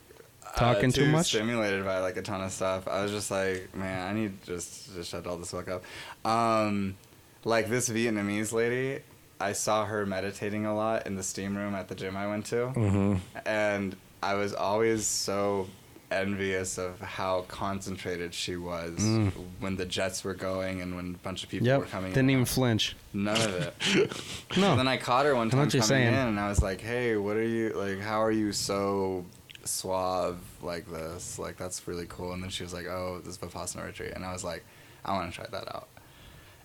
E: uh,
D: Talking too much?
E: stimulated by like a ton of stuff. I was just like, man, I need to just just shut all this fuck up. Um, like this Vietnamese lady I saw her meditating a lot in the steam room at the gym I went to, mm-hmm. and I was always so envious of how concentrated she was when the jets were going and when a bunch of people were
D: Mm. Yep.
E: coming.
D: Didn't
E: in.
D: even flinch.
E: None of it.
D: No.
E: And then I caught her one
D: know
E: time
D: what you're
E: coming
D: saying.
E: in, and I was like, "Hey, what are you like? How are you so suave like this? Like that's really cool." And then she was like, "Oh, this is vipassana retreat," and I was like, "I want to try that out."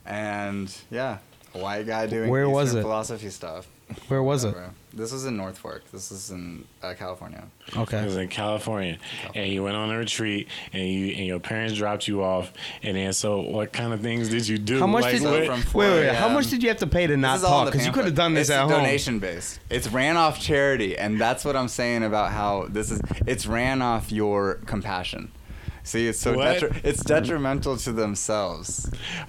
E: And yeah, a white guy doing
D: Where was
E: Eastern
D: it?
E: philosophy stuff.
D: Where was it?
E: Whatever. This was in North Fork. This is in uh, California.
F: It was
D: Okay.
F: in California, and you went on a retreat, and you and your parents dropped you off, and then so what kind of things did you do?
D: How much
F: Like,
D: did
F: what-
D: wait,
E: So from
D: wait,
E: 4
D: wait, How
E: a.m.
D: much did you have to pay to not
E: This is all in
D: talk?
E: the
D: Because you could have
E: pamphlet.
D: done this
E: it's
D: at home.
E: donation based. It's ran off charity, and that's what I'm saying about how this is. It's ran off your compassion. See, it's so
F: What?
E: detri- it's detrimental to themselves.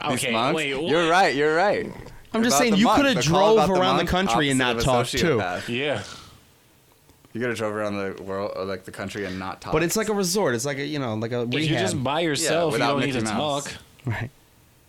E: These
F: Okay,
E: monks,
F: wait, what?
E: you're right. You're right.
D: I'm just
E: About
D: saying
E: the
D: you
E: monk.
D: coulda
E: They're called
D: drove
E: about
D: around the
E: monk,
D: country and
E: opposite
D: not
E: of a
D: talked, too.
E: sociopath.
F: Yeah,
E: You could have drove around the world, or like the country, and not talk.
D: But it's like a resort. It's like a you know like a
F: if you're
D: rehab.
F: just by yourself, you
E: without
F: don't need
E: Mickey
F: to
E: Mouse.
F: talk.
D: right.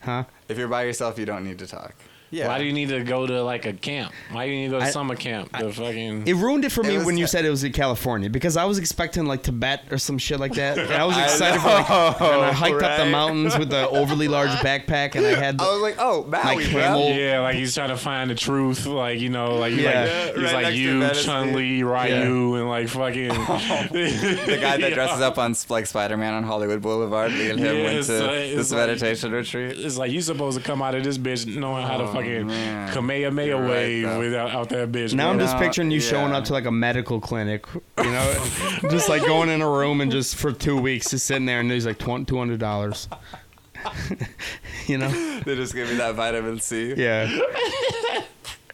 D: Huh?
E: if you're by yourself, you don't need to talk. Yeah.
F: Why do you need to go to like a camp? Why do you need to go to summer camp? The fucking
D: It ruined it for me
E: was
D: when you
E: ca-
D: said it was in California because I was expecting like Tibet or some shit like that. And I was
E: I
D: excited for
E: know,
D: like, and I hiked up the
E: right?
D: mountains with the overly large backpack and I had
E: I was like, oh, Maui, bro.
D: camel
F: Yeah, like he's trying to find the truth, like you know, like you
D: Yeah.
F: like
D: Yeah,
F: he's
E: right
F: like
E: next to
F: you,
E: Venice
F: Chun Li,
E: Beach.
F: Ryu, and like fucking
E: the guy that
F: Yeah.
E: dresses up on like Spider-Man on Hollywood Boulevard. Me and him
F: Yeah,
E: went
F: it's
E: to
F: like- it's
E: this
F: like-
E: meditation retreat.
F: It's like you supposed to come out of this bitch knowing how to
E: Oh,
F: fucking
E: man.
F: Kamehameha
E: You're right,
F: wave
E: though.
F: without out that bitch.
D: Now I'm
F: bro.
D: just
E: No,
D: picturing you showing
E: yeah.
D: up to like a medical clinic, you know, just like going in a room and just for two weeks just sitting there and there's like two hundred dollars. you know,
E: They just give me that vitamin C.
D: yeah.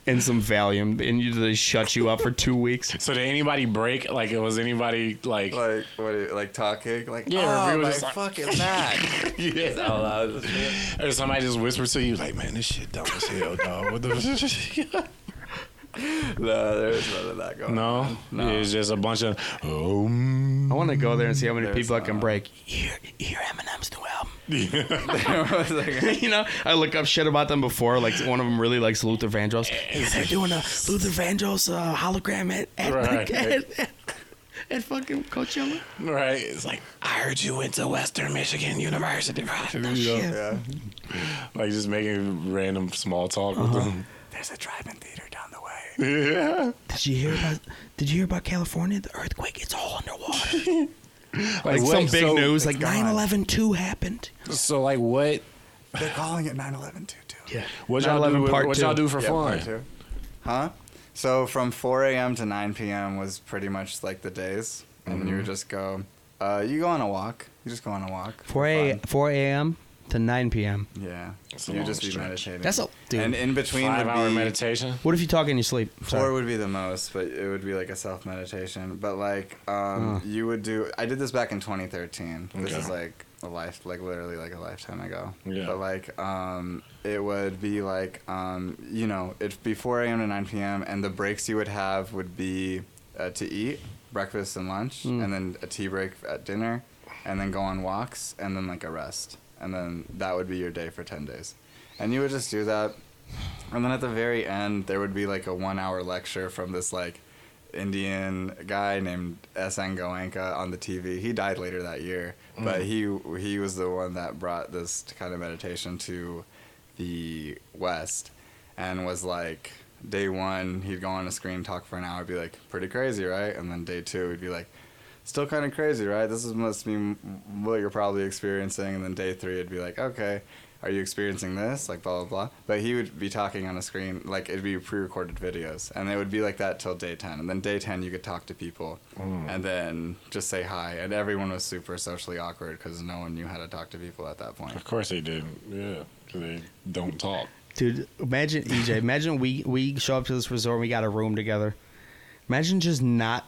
D: And some Valium, and you they shut you up for two weeks.
F: So did anybody break? Like, was anybody like?
E: Like what? Are you, like talking? Like
F: Yeah,
E: yeah,
F: we
E: oh,
F: were
E: my
F: just like-
E: fucking Oh, Mac. It's
F: yeah.
E: out loud as shit.
F: Or somebody just whispered to you, like, man, this shit dumb as hell, dog. What the?
E: No, there's none of that going. on.
F: no,
E: No.
F: it's just a bunch of um.
D: I want to go there and see how many
E: There's
D: people I can
E: not.
D: break. Hear, hear Eminem's new album.
E: There was like-
D: you know, I look up shit about them before. Like one of them really likes Luther Vandross. Yeah, they're doing a Luther Vandross uh, hologram at at,
F: Right.
D: at, at, at fucking Coachella.
F: Right? It's like I heard you went to Western Michigan University. Right?
D: Oh, shit.
E: yeah.
F: Like just making random small talk with them.
E: Uh-huh. There's a drive-in theater down the way.
F: Yeah.
D: Did you hear about? Did you hear about California? The earthquake. It's all underwater.
F: Like, what- so-
D: Like 9/11 two happened.
F: So like what?
E: They're calling it 9/11 too. too.
D: Yeah.
F: What y'all
D: 9/11
F: do?
D: part
F: What y'all
D: two.
F: do for
E: Yeah,
F: fun?
E: part two. Huh? So from 4 a.m. to 9 p.m. was pretty much like the days, and
F: Mm-hmm.
E: you would just go. Uh, you go on a walk. You just go on a walk. for
D: 4 a
E: fun.
D: 4 a.m. to 9 p.m.
E: Yeah.
F: a
E: So you
F: long
E: just be
F: stretch.
E: meditating.
D: That's a- dude.
E: And in between
F: Five
E: would
F: hour
E: be
F: meditation.
D: What if you talk in your sleep?
E: four
D: Sorry.
E: would be the most, but it would be like a self meditation. But like um, you would do. I did this back in 2013. This
F: Okay.
E: is like a life, like literally like a lifetime ago.
F: Yeah.
E: But like um, it would be like um, you know it'd be 4 a.m. to 9 p.m. and the breaks you would have would be uh, to eat breakfast and lunch, and then a tea break at dinner, and then go on walks, and then like a rest, and then that would be your day for 10 days, and you would just do that. And then at the very end, there would be like a one hour lecture from this like Indian guy named S.N. Goenka on the TV. He died later that year, but he he was the one that brought this kind of meditation to the West and was like, day one, he'd go on a screen, talk for an hour, be like, pretty crazy, right? And then day two, he'd be like, still kind of crazy, right? This is, must be m- what you're probably experiencing. And then day three, it'd be like, okay, are you experiencing this? Like, blah, blah, blah. But he would be talking on a screen, like, it'd be pre recorded videos. And it would be like that till day 10. And then day 10, you could talk to people and then just say hi. And everyone was super socially awkward because no one knew how to talk to people at that point.
F: Of course they did. Yeah, 'cause they don't talk.
D: Dude, imagine EJ. Imagine we we show up to this resort. and We got a room together. Imagine just not.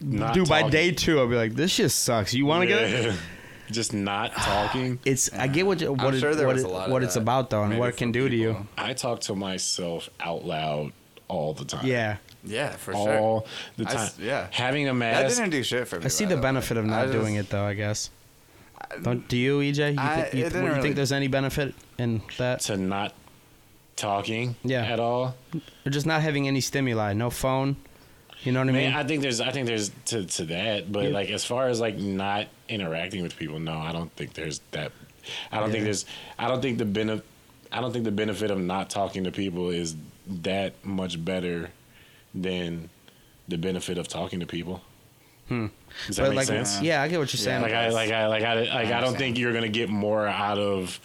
F: Not
D: dude, by
F: talking.
D: day two, I'll be like, this shit sucks. You want to get it?
F: Yeah. Just not talking.
D: It's. I get what you- what, it,
E: sure there
D: what,
E: was
D: it-
E: a lot of
D: what it's
E: that,
D: about though, and
E: maybe
D: what it can
E: for
D: do to you.
E: people.
F: I talk to myself out loud all the time.
D: Yeah.
E: Yeah, for
F: all the
E: I
F: time.
E: s- yeah.
F: having a
E: That
F: mask.
E: didn't do shit for me.
D: I see
E: by
D: the
E: way.
D: benefit of
E: I
D: not
E: just-
D: doing it though. I guess. Don't do you, EJ? You,
E: I-
D: thi- you,
E: it
D: thi-
E: didn't
D: you
E: really-
D: think there's any benefit in that?
F: to not talking
D: Yeah.
F: at all.
D: Or just not having any stimuli, no phone. You know what I
F: I
D: mean?
F: mean, I think there's I think there's to to that, but
D: Yeah.
F: like as far as like not interacting with people, no, I don't think there's that. I don't
D: Yeah.
F: think there's. I don't think the benefit. I don't think the benefit of not talking to people is that much better than the benefit of talking to people. Hmm. Does that
D: but
F: make
D: like,
F: sense?
D: yeah, I get what you're saying.
F: Like I like I like I like I don't
E: understand.
F: think you're gonna get more out of.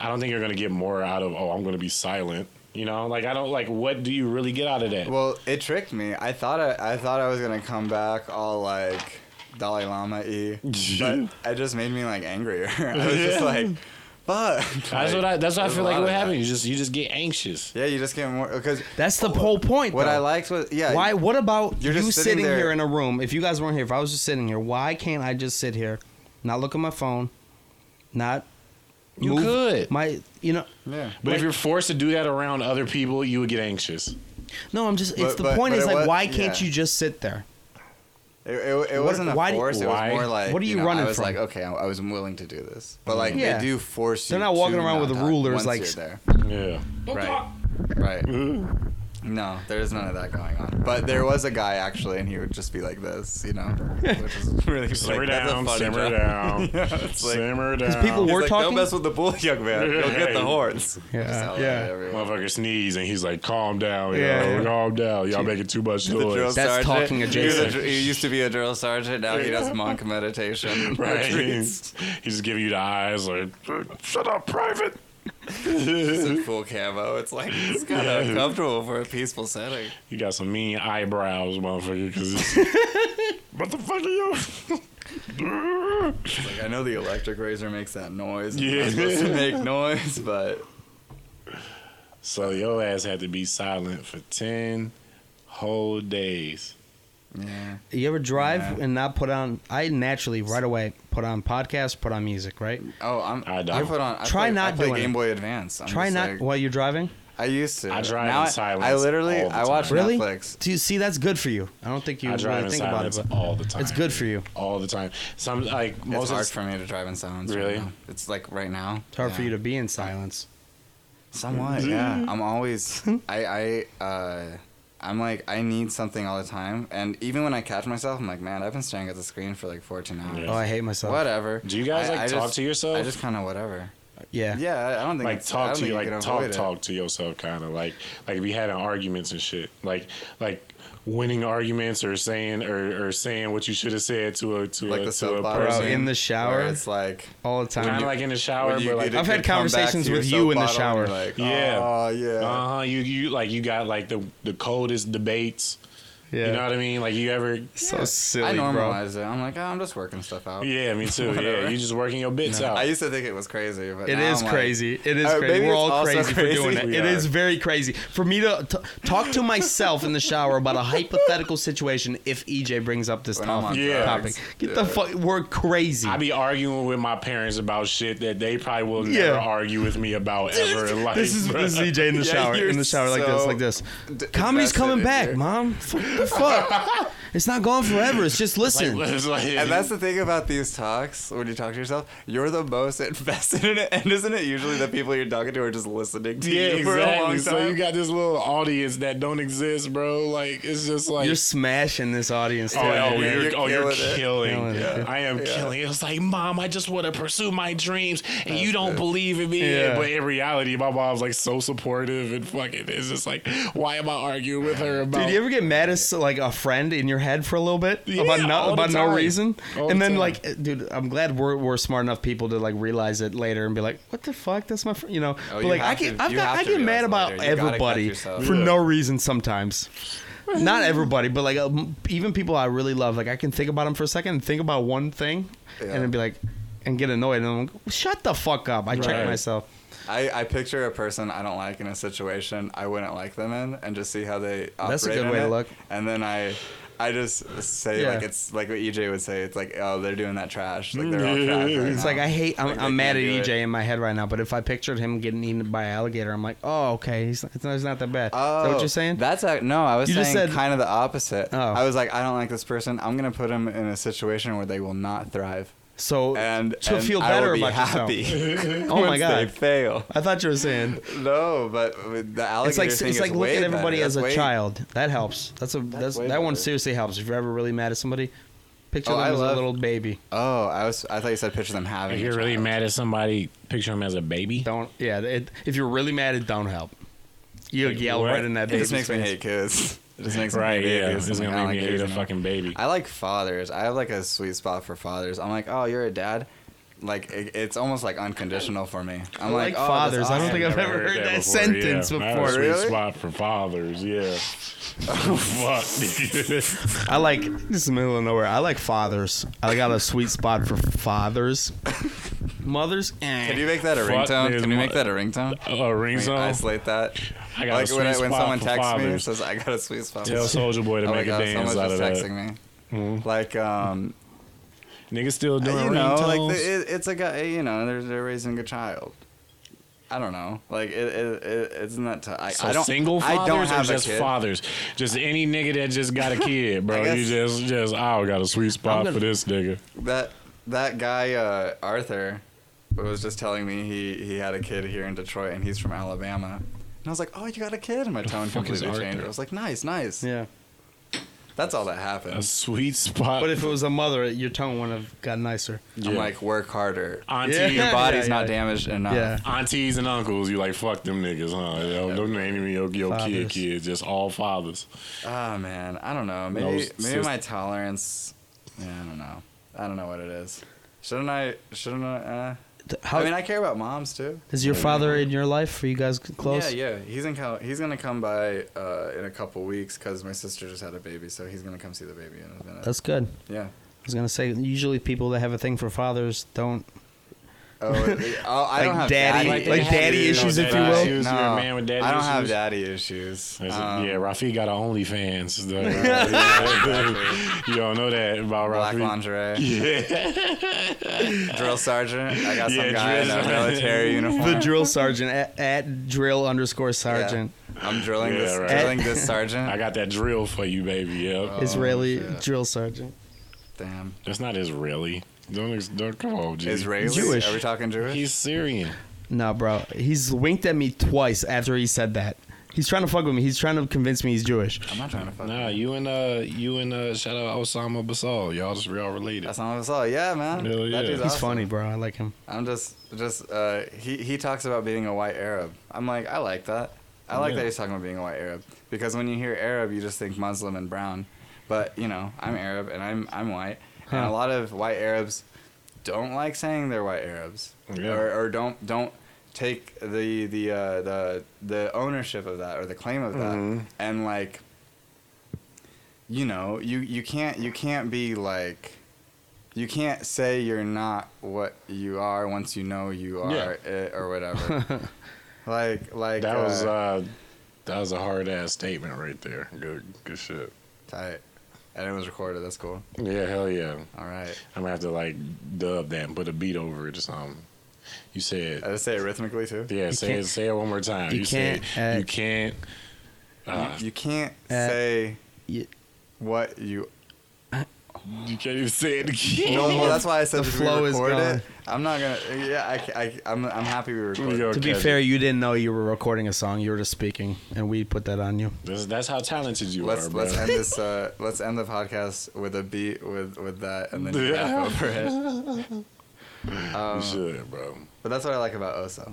F: I don't think you're gonna get more out of. Oh, I'm gonna be silent. You know, like I don't like. What do you really get out of that?
E: Well, it tricked me. I thought I, I thought I was gonna come back all like Dalai Lama y,
F: Yeah.
E: but it just made me like angrier. I was just
F: Yeah.
E: like, but
F: That's what I. That's what I
E: there's
F: feel
E: a
F: like.
E: lot
F: What
E: of
F: happened?
E: that.
F: You just you just get anxious.
E: yeah, you just get more because
D: That's the whole point.
E: oh, what I
D: though.
E: liked was yeah.
D: Why? What about
E: You're just
D: you
E: sitting
D: sitting
E: there-
D: here in a room? If you guys weren't here, if I was just sitting here, why can't I just sit here, not look at my phone, not
F: You
D: move
F: could.
D: my you know
E: Yeah.
F: But if you're forced to do that around other people, you would get anxious.
D: no I'm just it's
E: But-
D: the
E: but-
D: point
E: but
D: is
E: it
D: like
E: was-
D: why can't
E: yeah.
D: you just sit there?
E: It, it, it
D: What-
E: wasn't a
D: why do-
E: force.
F: why?
E: It was more like
D: What are you
E: know,
D: running
E: I was
D: from?
E: like, okay, I, I was willing to do this, but like
D: Yeah.
E: they do force you.
D: They're not walking
E: to
D: around
E: not
D: with
E: talk
D: rulers,
E: once
D: like,
E: you're there.
F: Yeah.
E: right, right.
D: Mm-hmm.
E: No, there's none of that going on. But there was a guy actually, and he would just be like this, you know, which is really
F: Simmer
E: like, that's a
F: down.
E: funny
F: Simmer
E: job.
F: down.
E: it's like-
F: simmer down.
D: people
E: He's
D: We're
E: like,
D: talking-
E: Don't mess with the bull, young man. Go get the horns.
D: Yeah.
E: Just out
D: Yeah.
E: loud to everyone.
F: Motherfucker sneeze and he's like, "Calm down,
D: Yeah,
F: yeah,
D: yeah.
F: calm down. Y'all making too much
E: The drill
F: noise."
D: That's
E: sergeant.
D: talking
E: He was a
D: adjacent.
E: dr- He, used to be a drill sergeant. Now he does monk meditation.
F: Right?
E: retreats.
F: He's just giving you the eyes, like, "Shut up, private."
E: It's in full camo. It's like it's kind of uncomfortable for a peaceful setting.
F: You got some mean eyebrows, motherfucker. Cause it's, what the fuck are you?
E: It's like I know the electric razor makes that noise. Yeah,
F: Yeah.
E: it's supposed to make noise, but
F: So your ass had to be silent for ten whole days.
E: yeah,
D: You ever drive
E: Yeah.
D: and not put on? I naturally right away put on podcasts, put on music, right?
E: Oh, I'm.
F: I
E: I,
F: don't.
E: put on. I
D: Try
E: play,
D: not
E: I play
D: doing
E: Game
D: it.
E: Boy Advance. I'm
D: Try
E: just
D: not
E: like-
D: while you're driving.
E: I used to.
F: I drive
E: now
F: in
E: I,
F: silence
E: I literally.
F: all the
E: I watch
F: time.
D: Really?
E: Netflix.
D: Do you see that's good for you? I don't think you
F: I drive
D: really think
F: in
D: about it,
F: silence
D: but
F: all the time.
D: it's good for you.
F: all the time. Some like
E: It's
F: most
E: hard
F: of the,
E: for me to drive in silence. right
F: Really?
E: now. it's like right now.
D: It's hard for you to be in silence.
E: Somewhat. Yeah. I'm always. I. I. Uh, I'm like I need something all the time, and even when I catch myself, I'm like, man, I've been staring at the screen for like 14 hours.
F: Yeah.
D: Oh, I hate myself.
E: Whatever.
F: Do you guys,
E: I-
F: like,
E: I
F: talk
E: just-
F: to yourself?
E: I just kind of whatever.
D: Yeah.
E: Yeah, I I don't think
F: like
E: it's- I
F: talk
E: don't
F: to
E: think
F: you, like
E: can
F: talk
E: avoid it.
F: talk to yourself, kind of like like if you had an arguments and shit, like like winning arguments or saying or, or saying what you should have said to a to
E: like the
F: a to a
E: soap
F: person.
E: opera
D: Bro, in the
E: where
D: shower?
E: It's like
D: All the time.
F: kind of like in the shower,
E: when you
F: but like
E: get a
D: I've had
E: good comeback
D: conversations
E: to your
D: with you
E: soap
D: in the
E: bottle and you're
D: shower.
E: Like,
F: Yeah.
E: Oh yeah.
F: Uh huh. You you like you got like the the coldest debates.
D: yeah.
F: You know what I mean? Like you ever?
D: so
E: Yeah.
D: silly,
E: I
D: bro.
E: normalize it. I'm like, oh, I'm just working stuff out.
F: Yeah, me too. yeah,
E: Whatever.
F: you just working your bits out.
E: I used to think it was crazy, but
D: It
E: now
D: is
E: I'm like-
D: crazy. It is
E: Uh,
D: crazy.
E: maybe
D: We're
E: it's
D: all
E: also
D: crazy, for doing
E: crazy.
D: it.
F: We
D: It
F: are.
D: is very crazy for me to t- talk to myself in the shower about a hypothetical situation if EJ brings up this
E: When I'm on
D: topic.
F: Yeah.
D: topic.
E: drugs.
D: Get
E: Yeah.
D: the fuck. We're crazy.
F: I be arguing with my parents about shit that they probably will
D: Yeah.
F: never argue with me about ever in life.
D: this is
F: bruh.
D: this is E EJ in the
E: Yeah,
D: shower
E: you're
D: in the shower like this
E: so
D: like this.
E: d-
D: Comedy's
E: invested
D: coming
E: in
D: back,
E: your-
D: mom. Fuck the fuck. it's not gone forever. It's just listen.
F: It's like-
E: And that's the thing about these talks when you talk to yourself, you're the most invested in it. And isn't it usually the people you're talking to are just listening to
F: yeah,
E: you for a long time?
F: exactly. So you got this little audience that don't exist, bro. Like it's just like
D: You're smashing this audience.
F: Oh,
D: today,
F: oh,
D: man.
F: you're,
E: You're
F: oh,
E: killing
F: you're
E: it.
F: killing.
D: Killing it, yeah.
F: I am killing. It was like, Mom, I just want to pursue my dreams, and you don't believe in me.
D: Yeah.
F: But in reality, my mom's like so supportive and fucking. It's just like, why am I arguing with her about?
D: Did you ever get mad at so- like a friend in your head for a little bit
F: Yeah,
D: about
F: all the
D: no about no
F: time.
D: reason?
F: All
D: and
F: the
D: then
F: time.
D: like, eh, dude, I'm glad we're we're smart enough people to like realize it later and be like, what the fuck? That's my friend, you know.
E: Oh,
D: but
E: you
D: like, I
E: have
D: get
E: to-
D: I've
E: you
D: got,
E: have
D: I
E: to
D: get
E: realize
D: mad about
E: later. You gotta cut
D: everybody
E: yourself.
D: for
F: Yeah.
D: no reason sometimes. Not everybody, but like uh, m- even people I really love, like I can think about them for a second and think about one thing,
E: Yeah.
D: and then be like, and get annoyed, and I'm like, shut the fuck up. I check
F: Right.
D: myself.
E: I, I picture a person I don't like in a situation I wouldn't like them in, and just see how they operate.
D: That's a good
E: in
D: way to
E: it.
D: look.
E: And then I, I just say
D: Yeah.
E: like it's like what EJ would say. It's like oh they're doing that trash. Like they're all trash. Right
D: Mm. It's
E: now.
D: like I hate. I'm,
E: Like, they
D: I'm mad at E
E: can't do
D: EJ
E: it.
D: in my head right now. But if I pictured him getting eaten by an alligator, I'm like, oh, okay, he's it's not, he's not that bad. Is
E: Oh,
D: that what you're saying?
E: That's a, no. I was
D: You
E: saying
D: just said-
E: kind of the opposite.
D: Oh.
E: I was like, I don't like this person. I'm gonna put them in a situation where they will not thrive.
D: So
E: and
D: to
E: and
D: feel
E: I
D: better
E: will be
D: about
E: happy.
D: yourself. Oh my
E: once they
D: god!
E: fail.
D: I thought you were saying
E: No, but with the
D: it's
E: alligator
D: like
E: thing
D: it's
E: is
D: like look
E: way
D: at everybody
E: better.
D: as a
E: That's way-
D: child. That helps. That's a that's,
E: way
D: that one
E: better.
D: seriously helps. If you're ever really mad at somebody, picture
E: Oh,
D: them
E: I
D: as a
E: love-
D: little baby.
E: Oh, I was. I thought you said picture them having.
F: If
E: a
F: you're really
E: child.
F: mad at somebody, picture him as a baby.
D: Don't yeah. It, if you're really mad, it don't help. You will yell
F: what?
D: right in that.
E: It just
D: baby's
E: makes me
D: face.
E: hate kids. It just makes
F: Right,
E: me hate
F: yeah.
E: kids.
F: It's
E: I'm
F: gonna
E: like, I don't
F: make me
E: like
F: hate a
E: kids anymore.
F: fucking baby.
E: I like fathers. I have like a sweet spot for fathers. I'm like, oh, you're a dad. Like it, it's almost like unconditional for me. I'm
D: I like
E: oh, that's
D: fathers. I don't
E: awesome.
D: think I've ever heard that sentence
F: yeah.
D: before.
F: That's a
E: Really?
F: sweet spot for fathers, yeah. fuck.
D: I like this is the middle of nowhere. I like fathers. I got a sweet spot for fathers. Mothers, eh.
E: Can you make that a
F: Fuck
E: ringtone?
F: is
E: Can you
F: my-
E: make that a ringtone?
F: a ringtone.
E: Isolate that.
F: I got a
E: like when,
F: sweet
E: when
F: spot
E: someone
F: for
E: texts me and
F: fathers.
E: says, I got a sweet spot.
F: Tell Soldier Boy to
E: oh my
F: make
E: God,
F: a dance
E: someone's
F: out of
E: just
F: that. Mm-hmm.
E: texting me. Like, um,
F: Niggas still doing
E: Uh, you know,
F: ringtones.
E: like the, it, it's a guy, you know, they're, they're raising a child. I don't know. Like, it, it, it it's not. T- I,
F: so
E: I don't.
F: single fathers
E: I don't have
F: or just
E: a kid.
F: fathers? Just any nigga that just got a kid, bro.
E: I
F: you
E: guess-
F: just just oh got a sweet spot
D: gonna-
F: for this nigga.
E: That that guy uh, Arthur was just telling me he he had a kid here in Detroit and he's from Alabama. And I was like, "Oh, you got a kid?" And my tone
F: fuck is
E: completely changed.
F: Arthur?
E: I was like, "Nice, nice."
D: Yeah.
E: That's all that
F: A
E: happens.
F: sweet spot.
D: But if it was a mother, your tongue would have got nicer.
F: Yeah.
E: I'm like, "Work harder."
F: auntie,
D: Yeah.
E: Your body's not
D: yeah.
E: damaged enough.
D: Yeah.
F: aunties and uncles, you like fuck them niggas, huh? Yo, Them ain't even your, your
D: Fathers.
F: kid kids, just all fathers.
E: Oh man, I don't know.
F: No,
E: Maybe maybe
F: it's just-
E: my tolerance. Yeah, I don't know. I don't know what it is. Shouldn't I? Shouldn't I? Uh,
D: How,
E: I mean, I care about moms too.
D: is your father in your life? Are you guys close?
E: Yeah, yeah. He's in. Cal- he's gonna come by uh, in a couple weeks because my sister just had a baby, so he's gonna come see the baby in a minute.
D: That's good.
E: yeah.
D: I was gonna say usually people that have a thing for fathers don't.
E: Oh, it- oh, I don't
D: Like
E: have
D: daddy-
E: daddy,
D: like daddy issues, if you will.
F: Issues, you're a man with daddy
E: I don't have
F: issues.
E: daddy issues.
F: That's it.
E: Um,
F: yeah, Rafi got a OnlyFans. though. you don't know that about
E: Black
F: Rafi.
E: lingerie,
F: Yeah,
E: drill sergeant. I got
F: Yeah,
E: some guy in a
F: drill-
E: military uniform.
D: The drill sergeant at, at drill underscore sergeant
E: I'm drilling
F: Yeah,
E: this,
F: right.
E: drilling this sergeant.
F: I got that drill for you,
E: Uh,
F: baby. Yep.
D: Israeli
E: Oh, shit.
D: drill sergeant.
E: Damn,
F: That's not Israeli. Don't, ex- don't come on, G.
E: Israeli.
D: Jewish.
E: Are we talking Jewish?
F: He's Syrian.
D: No, bro, he's winked at me twice after he said that. He's trying to fuck with me. He's trying to convince me he's Jewish.
E: I'm not trying to fuck.
F: Nah, you and uh, you and uh, shout out Osama Basal. Y'all just real related.
E: That's not what I saw. Yeah, man.
F: Hell yeah.
E: That dude's
F: He's
D: He's
E: awesome.
D: funny, bro. I like him.
E: I'm just, just. Uh, he he talks about being a white Arab. I'm like, I like that. I like
F: Yeah.
E: that he's talking about being a white Arab because when you hear Arab, you just think Muslim and brown. But you know, I'm Arab and I'm I'm white, and
D: Huh.
E: a lot of white Arabs don't like saying they're white Arabs,
F: Yeah.
E: or, or don't don't take the the uh, the the ownership of that or the claim of that,
F: Mm-hmm.
E: and like, you know, you you can't you can't be like. You can't say you're not what you are once you know you are
F: Yeah.
E: it or whatever. like like
F: that was
E: uh,
F: uh, that was a hard ass statement right there. Good, good shit.
E: tight, and it was recorded. That's cool.
F: Yeah, hell yeah.
E: All right,
F: I'm gonna have to like dub that and put a beat over it or something.
E: I
F: You said,
E: just say it rhythmically too.
F: yeah, say it,
D: Uh, can't-
F: say it one more time.
D: you
F: You, said,
D: can't, uh,
F: you can't. Uh,
E: you, you can't
D: Uh,
E: say
D: You,
E: what you.
F: you can't even say it again.
E: No, well, that's why I said
D: The
E: we
D: flow is
E: record
D: gone.
E: it. I'm not gonna. Yeah, I, I, I'm, I'm happy we recorded.
F: go.
D: to be
F: catch
D: fair,
F: it.
D: you didn't know you were recording a song. You were just speaking, and we put that on you.
F: That's, that's how talented you are,
E: Let's
F: bro.
E: let's end this. Uh, let's end the podcast with a beat with with that, and then you
F: Yeah.
E: rap over it.
D: um,
F: you should, bro.
E: But that's what I like about Oso.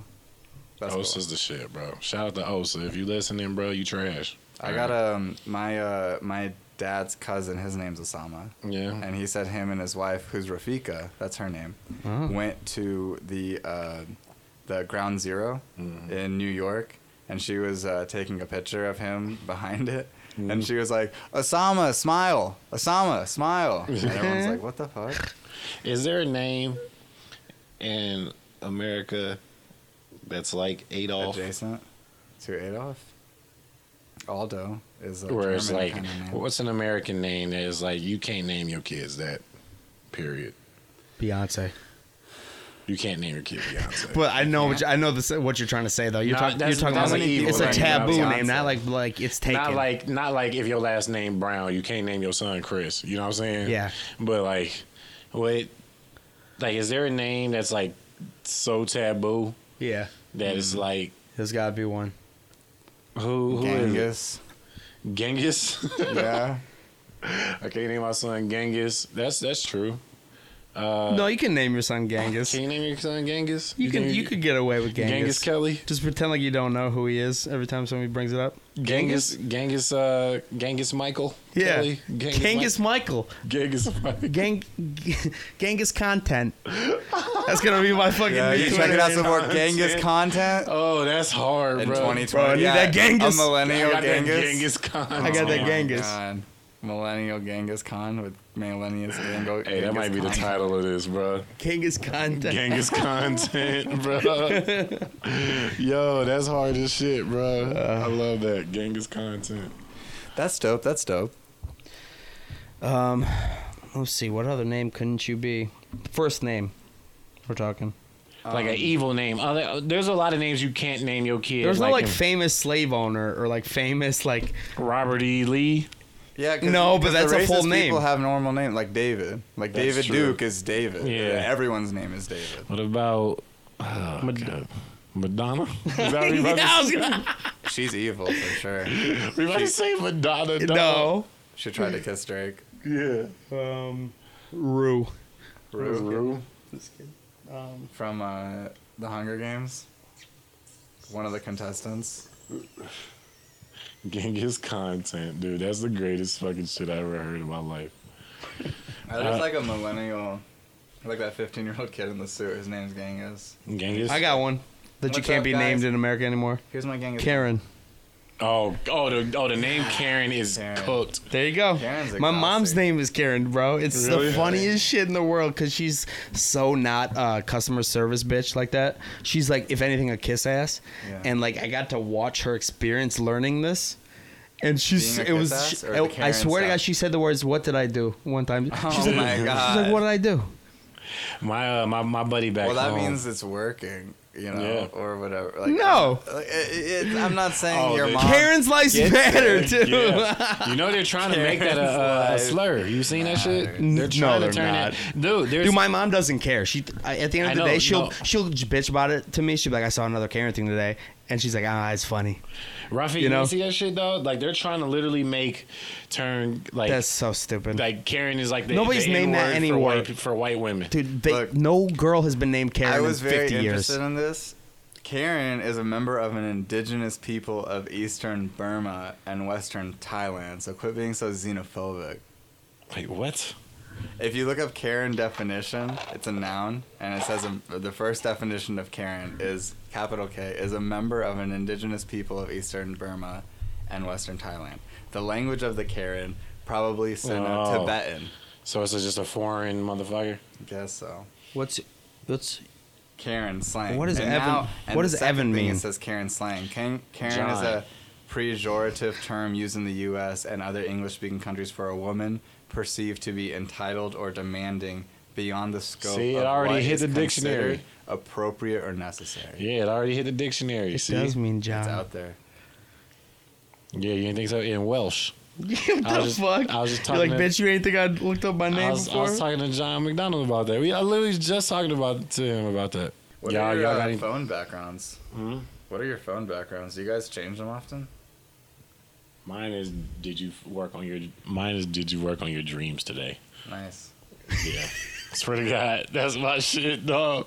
E: That's cool.
F: Osa's the shit, bro. Shout out to Osa. If you listening, bro, you trash.
E: I got um my uh my dad's cousin. His name's Osama,
F: yeah.
E: and he said him and his wife, who's Rafika, that's her name,
D: Oh.
E: went to the uh, the Ground 0
F: Mm-hmm.
E: in New York, and she was uh, taking a picture of him behind it.
F: Mm.
E: And she was like, Osama, smile. Osama, smile. And everyone's like, what the fuck?
F: Is there a name in America that's like Adolf,
E: Adjacent to Adolf? Aldo is a
F: where it's
E: German
F: like,
E: kind of name.
F: what's an American name that is like you can't name your kids that? Period.
D: Beyonce.
F: You can't name your kid Beyonce.
D: But I know what you, I know this, what you're trying to say though. You're,
F: Nah,
D: talk- you're
F: that's-
D: talking
F: that's
D: about like,
E: an evil
D: it's a
E: thing.
D: taboo
E: Beyonce.
D: name, not like like it's taken.
F: not like not like if your last name Brown, you can't name your son Chris. You know what I'm saying?
D: Yeah.
F: But like, what? Like, is there a name that's like so taboo
D: Yeah,
F: that it's like
D: there's got to be one.
F: who who is it?
E: Genghis.
F: Genghis?
E: yeah.
F: I can't name my son Genghis. That's that's true.
D: no, you can name your son Genghis.
F: Can you name your son Genghis?
D: You can
F: name-
D: you could get away with
F: Genghis,
D: Genghis.
F: Kelly.
D: Just pretend like you don't know who he is every time somebody brings it up.
F: Genghis Genghis uh Genghis Michael.
D: Yeah,
F: Kelly.
D: Genghis, Michael,
F: Mi- Genghis Michael.
D: Gang, Genghis content. That's gonna be my fucking.
E: Yeah,
D: new
E: you
D: Twitter
E: checking out
D: name.
E: some more Genghis content
F: Oh, that's hard,
E: in
F: bro.
E: 2020.
D: Bro, I need
E: yeah,
D: that Genghis.
E: A
F: I
E: millennial
F: got
E: Genghis.
F: that Genghis Khan.
D: I got
E: Oh
D: that
E: my
D: Genghis.
E: God. Millennial Genghis Khan with millennials. Gengo-
F: Hey, that might be the title of this, bro.
D: Genghis content.
F: Genghis content, bro. Yo, that's hard as shit, bro. I
D: Uh.
F: love that Genghis content.
E: That's dope. That's dope.
D: Um, let's see. What other name couldn't you be? First name. We're talking.
F: like
D: Um,
F: an evil name. Other, there's a lot of names you can't name your kid.
D: There's no like
F: in-
D: famous slave owner or like famous like
F: Robert E. Lee.
E: Yeah, 'cause-
D: No, but
E: 'cause
D: that's
E: the
D: a full
E: racist
D: name.
E: People have normal names like David. Like
F: That's
E: David
F: true.
E: Duke is David.
F: Yeah.
E: everyone's name is David.
F: What about uh,
D: Mad-
F: Madonna? Is that what you about to
D: Yeah, I was gonna-
E: She's evil for sure.
F: We about to say Madonna. dog.
D: no.
E: She tried to kiss Drake.
F: Yeah.
D: Um, Rue.
E: Rue from uh, the Hunger Games. One of the contestants.
F: Genghis content, dude. That's the greatest fucking shit I ever heard in my life.
E: I look
D: Uh,
E: like a millennial, like that 15 year old kid in the suit. His name's Genghis.
F: Genghis.
D: I got one that you
E: What's
D: can't
E: up,
D: be
E: guys?
D: named in America anymore.
E: Here's my Genghis.
D: Karen.
F: Oh, oh, the oh, the name Karen is
E: Karen.
F: cooked.
D: There you go.
E: Karen's a
D: My mom's
E: classic.
D: name is Karen, bro. It's
F: Really?
D: the funniest shit in the world because she's so not uh, customer service bitch like that. She's like, if anything, a kiss ass.
E: Yeah.
D: And like, I got to watch her experience learning this. And she's,
E: Being a
D: it was,
E: kiss-ass
D: she-
E: or
D: I,
E: the
D: I
E: Karen
D: swear to God,
E: stuff?
D: she said the words, "What did I do?" One time. she's
E: Oh
D: like,
E: my god.
D: she's like, "What did I do?"
F: My uh, my my buddy back
E: well, that
F: home.
E: means it's working, you know,
F: Yeah.
E: or whatever. Like,
D: No.
E: uh, like, it, it, I'm not saying
F: Oh,
E: your
F: the-
E: mom.
D: Karen's life's
E: gets
D: better too.
F: Yeah. you know they're trying to make that a, a, a
E: Karen's
F: slur. You seen that shit?
D: N-
F: They're
D: no,
F: trying
D: they're
F: to turn
D: not.
F: it. Dude, there's
D: Dude, my mom doesn't care. She I- at the end
F: I
D: of the
F: know,
D: day, she'll
F: no.
D: she'll j- bitch about it to me. She'll be like, "I saw another Karen thing today," and she's like, "Ah, it's funny."
F: Rafi. You,
D: you know?
F: didn't see that shit though? Like they're trying to literally make turn like
D: That's so stupid.
F: like Karen is like the,
D: Nobody's
F: the
D: named that
F: N-word
D: any
F: for
D: word.
F: white, for white women.
D: Dude, they,
E: Look,
D: no girl has been named Karen
E: I was
D: in
E: very
D: 50
E: interested
D: years.
E: in this. Karen is a member of an indigenous people of eastern Burma and western Thailand, so quit being so xenophobic.
F: Like what?
E: If you look up Karen definition, it's a noun, and it says um the first definition of Karen is capital K is a member of an indigenous people of Eastern Burma and Western Thailand. The language of the Karen probably Sino
F: Oh.
E: Tibetan.
F: So it's just a foreign motherfucker.
E: Guess so.
D: What's what's
E: Karen slang.
D: What does
E: And
D: Evan-
E: now- and
D: what
E: the
D: does
E: second
D: Evan
E: thing
D: mean?
E: It says Karen slang. Karen, Karen is
F: John.
E: a pejorative term used in the U.S. and other English-speaking countries for a woman perceived to be entitled or demanding beyond the scope.
F: See, it
E: of
F: already
E: what
F: hit
E: is
F: the dictionary.
E: considered appropriate or necessary.
F: Yeah, it already hit the dictionary.
D: it
F: see?
D: does mean
E: It's
D: John?
E: out there.
F: Yeah, you didn't think so? In Welsh.
D: what
F: I
D: the
F: was just-
D: fuck?
F: I was just
D: You're
F: talking
D: like,
F: to-
D: bitch, you ain't think I looked up my
F: I
D: name
F: was, I
D: before?
F: was talking to John McDonald about that. We, I literally was just talking about to him about that.
E: What
F: y'all,
E: are your
F: y'all
E: uh,
F: got any?
E: phone backgrounds?
F: Hmm?
E: What are your phone backgrounds? Do you guys change them often?
F: Mine is did you work on your? Mine is did you work on your dreams today?
E: Nice.
F: Yeah. Swear to God, that's my shit, dog.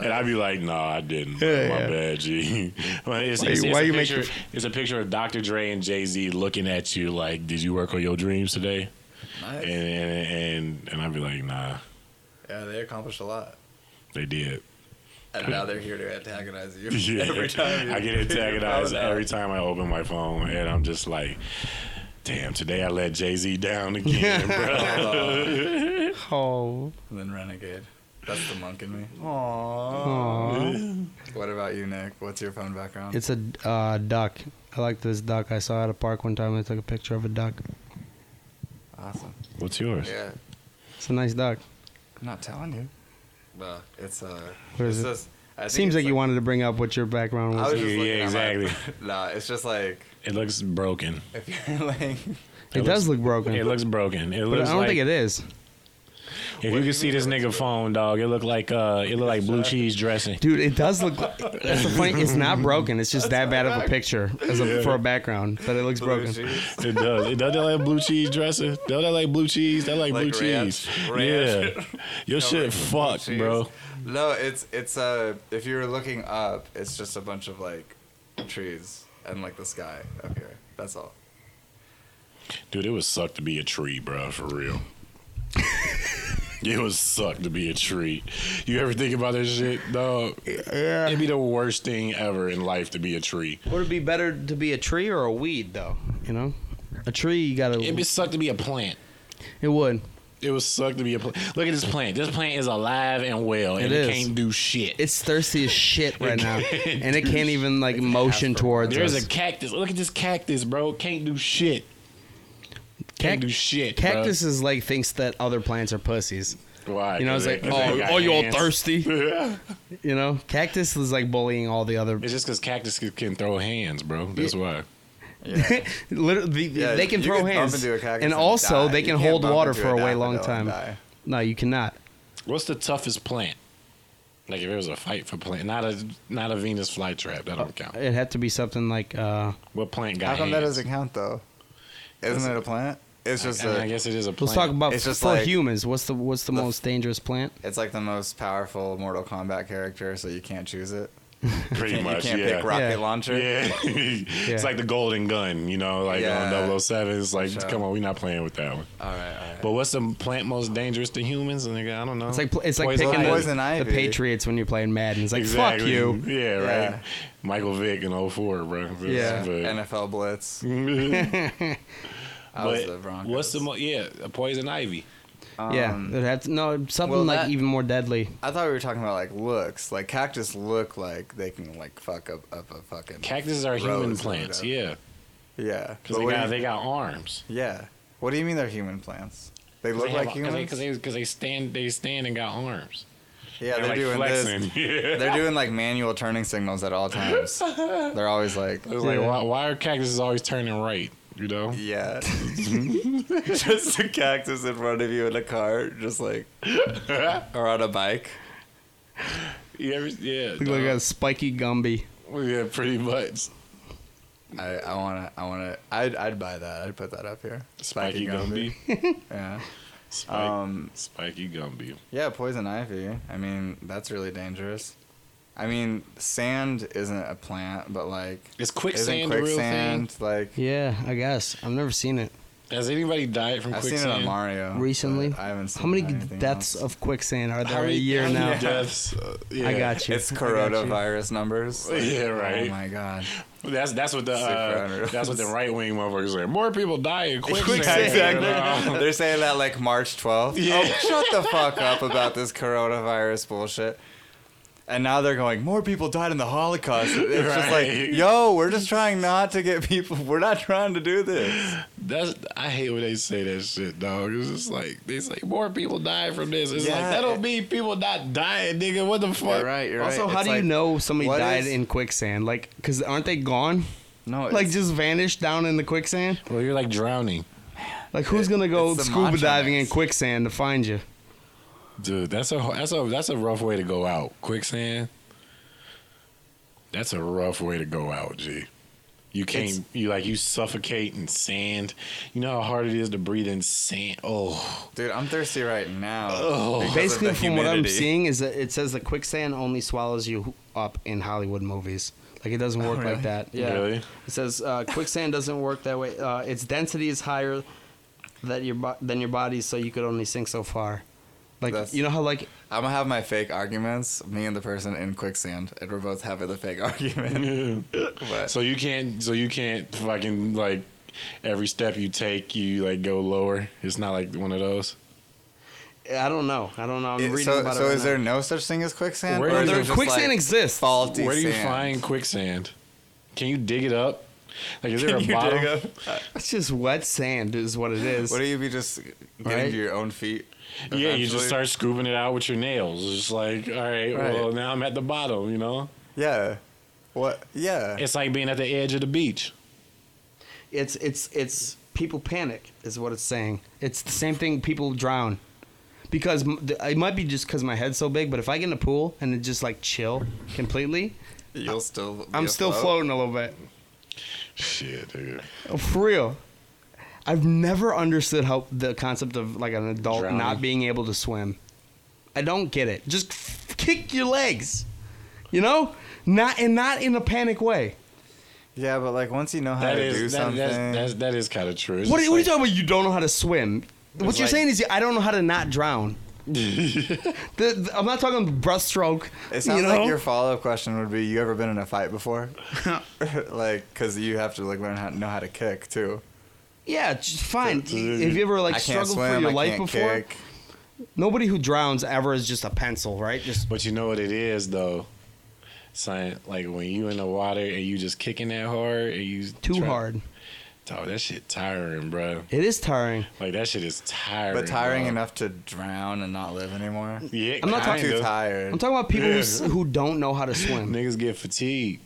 F: And I'd be like, no, I didn't.
D: Yeah,
F: my
D: yeah.
F: bad, G. Well, it's,
D: Why
F: it's,
D: you-
F: it's
D: why
F: a
D: you make
F: picture, it's a picture of Dr. Dre and Jay Z looking at you like, did you work on your dreams today?
E: Nice.
F: And and and, and I'd be like, nah,
E: Yeah, they accomplished a lot.
F: they did.
E: And now they're here to antagonize you
F: Yeah.
E: every time. you-
F: I get antagonized every time I open my phone, and I'm just like, damn, today I let Jay Z down again, bro.
D: oh.
E: And then Renegade. That's the monk in me.
D: Aw.
E: What about you, Nick? What's your phone background?
D: oh. It's a uh, duck. I like this duck. I saw it at a park one time. I took a picture of a duck.
E: awesome.
F: What's yours?
E: Yeah.
D: It's a nice duck.
E: I'm not telling you. But it's uh
D: What is
E: it's
D: it?
E: just- I think
D: Seems
E: it's
D: like, you wanted to bring up what your background
E: I
D: was.
E: was just
F: Yeah,
E: looking at my-
F: exactly.
E: nah, it's just like
F: It looks broken.
E: if you're like
D: it does look broken.
F: It looks broken.
D: but I
F: It looks
D: don't
F: like
D: think it is.
F: If you can see this nigga phone, dog, it look like uh, it look like blue cheese dressing.
D: Dude, it does look. That's the funny. It's not broken. It's just that bad of a picture as a, for a background that it looks broken.
F: It does. It does that like blue cheese dressing. Don't that like blue cheese? That like,
E: Like
F: blue
E: ranch-
F: cheese.
E: ranch.
F: Yeah, your shit fucked,
E: Jeez.
F: bro.
E: No, it's it's uh if you were looking up, it's just a bunch of like trees and like the sky up here. That's all.
F: Dude, it would suck to be a tree, bro, for real. it would suck to be a tree. You ever think about that shit, dog? It'd be the worst thing ever in life to be a tree.
D: Would it be better to be a tree or a weed, though? You know, a tree you gotta.
F: It'd be suck to be a plant.
D: it would.
F: It would suck to be a plant. Look at this plant. This plant is alive and well, and
D: It
F: it,
D: is.
F: can't do shit.
D: It's thirsty as shit right now,
F: can't
D: and it can't even like motion towards
F: There's
D: us.
F: a cactus. Look at this cactus, bro. Can't do shit. Can't
D: Cac-
F: do shit. bro.
D: Cactus is like thinks that other plants are pussies.
F: Why?
D: You know,
F: 'Cause
D: it's like,
F: they- 'cause they
D: oh,
F: got
D: oh, you all
F: hands.
D: thirsty. You know, cactus is like bullying all the other.
F: It's just because cactus can- can throw hands, bro. That's why.
D: Literally,
E: Yeah,
D: they can
E: you
D: throw
E: can bump
D: hands,
E: into a cactus
D: and
E: and
D: also
E: die.
D: they
E: You
D: can
E: can't
D: hold
E: bump
D: water
E: into
D: for
E: a
D: a way long
E: daffodil and
D: time.
E: die.
D: No, you cannot.
F: What's the toughest plant? Like if it was a fight for plant, not a not a Venus flytrap. That don't count.
D: It had to be something like uh,
F: What plant got
E: How come that
F: hands?
E: doesn't count though? Isn't it a plant? It's just
F: I, mean, I
E: a,
F: guess it is a
D: let's
F: plant.
D: talk about
E: It's just
D: for
E: like-
D: humans. What's the what's the,
E: The-
D: most dangerous plant?
E: it's like the most powerful Mortal Kombat character, so you can't choose it.
F: pretty
E: You
F: much.
E: can't
F: yeah.
E: pick rocket
D: Yeah.
E: launcher.
F: Yeah. it's like the golden gun, you know, like
E: Yeah.
F: on 007. It's like,
E: Sure.
F: come on, we're not playing with that one.
E: All right, all right.
F: But what's the plant most dangerous to humans? And they go, I don't know.
D: It's like pl- it's like
F: Poison
D: picking
F: ivy.
D: the,
E: Poison
D: the
E: ivy.
D: Patriots when you're playing Madden. It's like fuck
F: Exactly.
D: you.
F: Yeah, right.
E: Yeah.
F: Michael Vick in 04, bro.
D: Yeah.
F: But,
E: NFL Blitz. I was the
F: but
E: Broncos.
F: what's the mo- yeah, a poison ivy.
D: yeah, it had to, no something
E: well,
D: like
E: that-
D: even more deadly.
E: I thought we were talking about like looks. Like cactus look like they can like fuck up up a fucking
F: Cactuses are human
E: rose or
F: plants,
E: whatever.
F: yeah.
E: Yeah.
F: Cuz
E: But
F: they
E: what do
F: got
E: you-
F: they got arms.
E: Yeah. What do you mean they're human plants? They look
F: They
E: like
F: have- 'cause they-
E: humans.
F: Cause they, cause they stand, they stand and got arms.
E: yeah, they're,
F: like
E: doing
F: flexing.
E: this.
F: Yeah.
E: They're doing like manual turning signals at all times. they're always like,
F: It's like
D: Yeah.
F: why, why are cactuses always turning right? You know,
E: yeah, just a cactus in front of you in a car, just like, or on a bike.
F: you ever, yeah,
D: Look like a spiky Gumby.
F: dog. yeah, pretty much.
E: I, I wanna I wanna I'd I'd buy that. I'd put that up here.
F: Spiky Gumby,
E: Yeah.
F: Spike,
E: Um.
F: Spiky Gumby.
E: Yeah. Poison ivy. I mean, that's really dangerous. I mean, sand isn't a plant, but like,
F: Is
E: isn't
F: quicksand a real
E: quicksand
F: thing?
E: like?
D: Yeah, I guess I've never seen it
F: Has anybody died from
E: I've seen
F: quicksand?
E: it on Mario
D: recently.
E: but Oh, I haven't seen
D: How many
E: it on anything
D: deaths
E: else.
D: of quicksand are
F: How
D: there a
F: many
D: year
F: how many
D: now?
F: Deaths. uh, yeah.
D: I got you.
E: It's
D: I got you.
E: coronavirus numbers.
F: Yeah, right.
E: Oh my god.
F: That's that's what the uh,
E: Super.
F: that's what the right wing motherfuckers say. More people die in quicksand.
E: Exactly. They're saying that like March 12th.
F: Yeah.
E: Oh, shut the fuck up about this coronavirus bullshit. And now they're going, more people died in the Holocaust. It's just
F: Right.
E: like, yo, we're just trying not to get people, we're not trying to do this.
F: That's I hate when they say that shit, dog. It's just like they say more people die from this. It's like
E: Yeah.
F: that don't mean people not dying, nigga. What the fuck?
E: you're
D: Also, how do you know somebody
E: what
D: died
E: is-
D: in quicksand? Like, cause aren't they gone?
E: No, it's,
D: Like, just vanished down in the quicksand.
F: Well, you're like drowning,
D: Like, who's
E: It-
D: gonna go
E: it's the
D: scuba
E: macho
D: diving in
E: mix.
D: quicksand to find you?
F: dude. That's a that's a that's a rough way to go out. Quicksand. That's a rough way to go out, G. You can't.
E: It's-
F: you like you suffocate in sand. You know how hard it is to breathe in sand. Oh,
E: dude, I'm thirsty right now. because of
D: Basically,
E: the
D: from what I'm
E: humidity.
D: seeing, is that it says that quicksand only swallows you up in Hollywood movies. Like, it doesn't work like that. Yeah.
F: Really?
D: It says uh, quicksand doesn't work that way. Uh, its density is higher that your bo- than your body, so you could only sink so far. Like,
E: That's-
D: you know how like
E: I'm gonna have my fake arguments, me and the person in quicksand, and we're both having the fake argument. but
F: so you can't. So you can't fucking like every step you take, you like go lower. It's not like one of those.
D: I don't know. I don't know. I'm
E: It-
D: reading
E: so,
D: about it.
E: so
D: right
E: is there
D: now.
E: no such thing as quicksand?
F: Where
E: Or
F: do
E: is
F: you-
E: it
D: There-
E: just,
D: quicksand
E: like,
D: exists.
E: Faulty
F: Where do you
E: sand?
F: find quicksand? Can you dig it up? Like, is there
E: Can
F: a
E: you dig
F: bottom?
E: up?
D: It's just wet sand, is what it is.
E: What do you be just getting
D: Right?
E: to your own feet?
F: Yeah, you just
E: eventually?
F: start scooping it out with your nails. It's just like, all right,
E: Right.
F: well, now I'm at the bottom, you know?
E: Yeah. What? Yeah.
F: It's like being at the edge of the beach.
D: it's it's it's people panic is what it's saying. It's the same thing people drown. because m- th- it might be just because my head's so big. But if I get in a pool and it just like chill completely,
E: You'll still. be
D: I'm still
E: afloat?
D: floating a little bit. Oh,
F: Shit, dude.
D: For real. I've never understood how the concept of like an adult
E: Drowning.
D: not being able to swim. I don't get it. Just f- kick your legs. You know? Not and not in a panic way.
E: Yeah, but like once you know how
F: That
E: to
F: is,
E: do
F: that,
E: something,
F: that's, that's, that is kind of true. It's
D: What
F: just
D: are, what are you
F: like-
D: talking about? You don't know how to swim. What
E: It's
D: you're
E: like-
D: saying is you- I don't know how to not drown. The- the- I'm not talking breaststroke.
E: it sounds
D: you know?
E: like your follow-up question would be, "You ever been in a fight before?" like, because you have to like learn how know how to kick too.
D: yeah, just fine. Have you ever like
E: I can't
D: struggled
E: swim.
D: for your
E: I
D: life
E: can't
D: before?
E: kick.
D: Nobody who drowns ever is just a pencil, right? Just
F: But you know what it is though, son. Like when you in the water and you just kicking that hard and you
D: too
F: try-
D: hard.
F: Dog, that shit tiring, bro.
D: It is tiring.
F: Like that shit is tiring.
E: But tiring
F: bro.
E: enough to drown and not live anymore.
F: Yeah,
D: I'm not
E: I'm
D: talking-
E: too
F: kinda.
E: tired.
D: I'm talking about people who, s-
F: Yeah.
D: who don't know how to swim.
F: Niggas get fatigued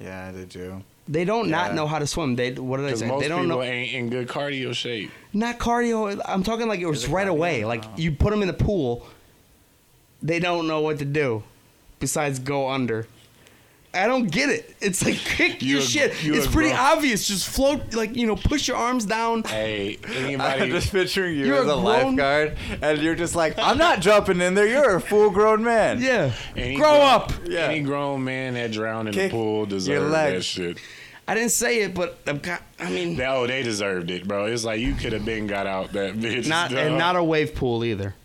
E: yeah, did you?
D: They don't not
E: Yeah.
D: know how to swim. They what did I
F: because
D: say?
F: most
D: They don't
F: people
D: know
F: ain't in good cardio shape.
D: not cardio. I'm talking like it Oh. was
E: it
D: right
E: cardio?
D: away. Like you put them in the pool, they don't know what to do besides go under. I don't get it. It's like kick
F: You
D: your
F: a-
D: shit.
F: you
D: It's
F: a
D: pretty
F: grown-
D: obvious. Just float, like you know, push your arms down.
F: Hey,
E: I'm
F: anybody?
E: just picturing you
D: You're
E: as
D: a
E: a
D: grown-
E: lifeguard, and you're just like, I'm not jumping in there. You're a full grown man.
D: Yeah,
F: Any
D: grow
F: grown-
D: up.
E: Yeah.
F: Any grown man that drowned in
E: Kick
F: the pool
E: your
F: deserved that
E: legs.
F: shit.
D: I didn't say it, but I'm ki- I mean,
F: They, oh, they deserved it, bro. It's like you could have been got out that bitch.
D: not and
F: dog.
D: not a wave pool either.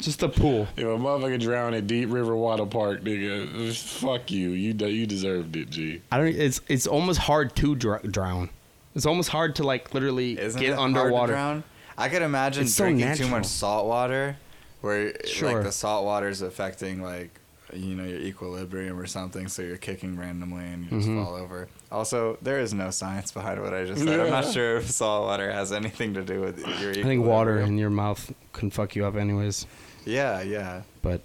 D: Just a pool.
F: If a motherfucker drowned at Deep River Water Park, nigga, fuck you. You de- you deserved it, G.
D: I don't. It's it's almost hard to dr- drown. It's almost hard to like literally
E: Isn't
D: get
E: it hard to
D: underwater.
E: drown? I could imagine
D: It's so
E: drinking
D: natural.
E: too much salt water, where
D: Sure.
E: like the salt water is affecting like you know your equilibrium or something, so you're kicking randomly and you
D: Mm-hmm.
E: just fall over. Also, there is no science behind what I just said. I'm not
F: Yeah.
E: sure if salt water has anything to do with your. Equilibrium.
D: I think water in your mouth can fuck you up, anyways.
E: Yeah, yeah.
D: But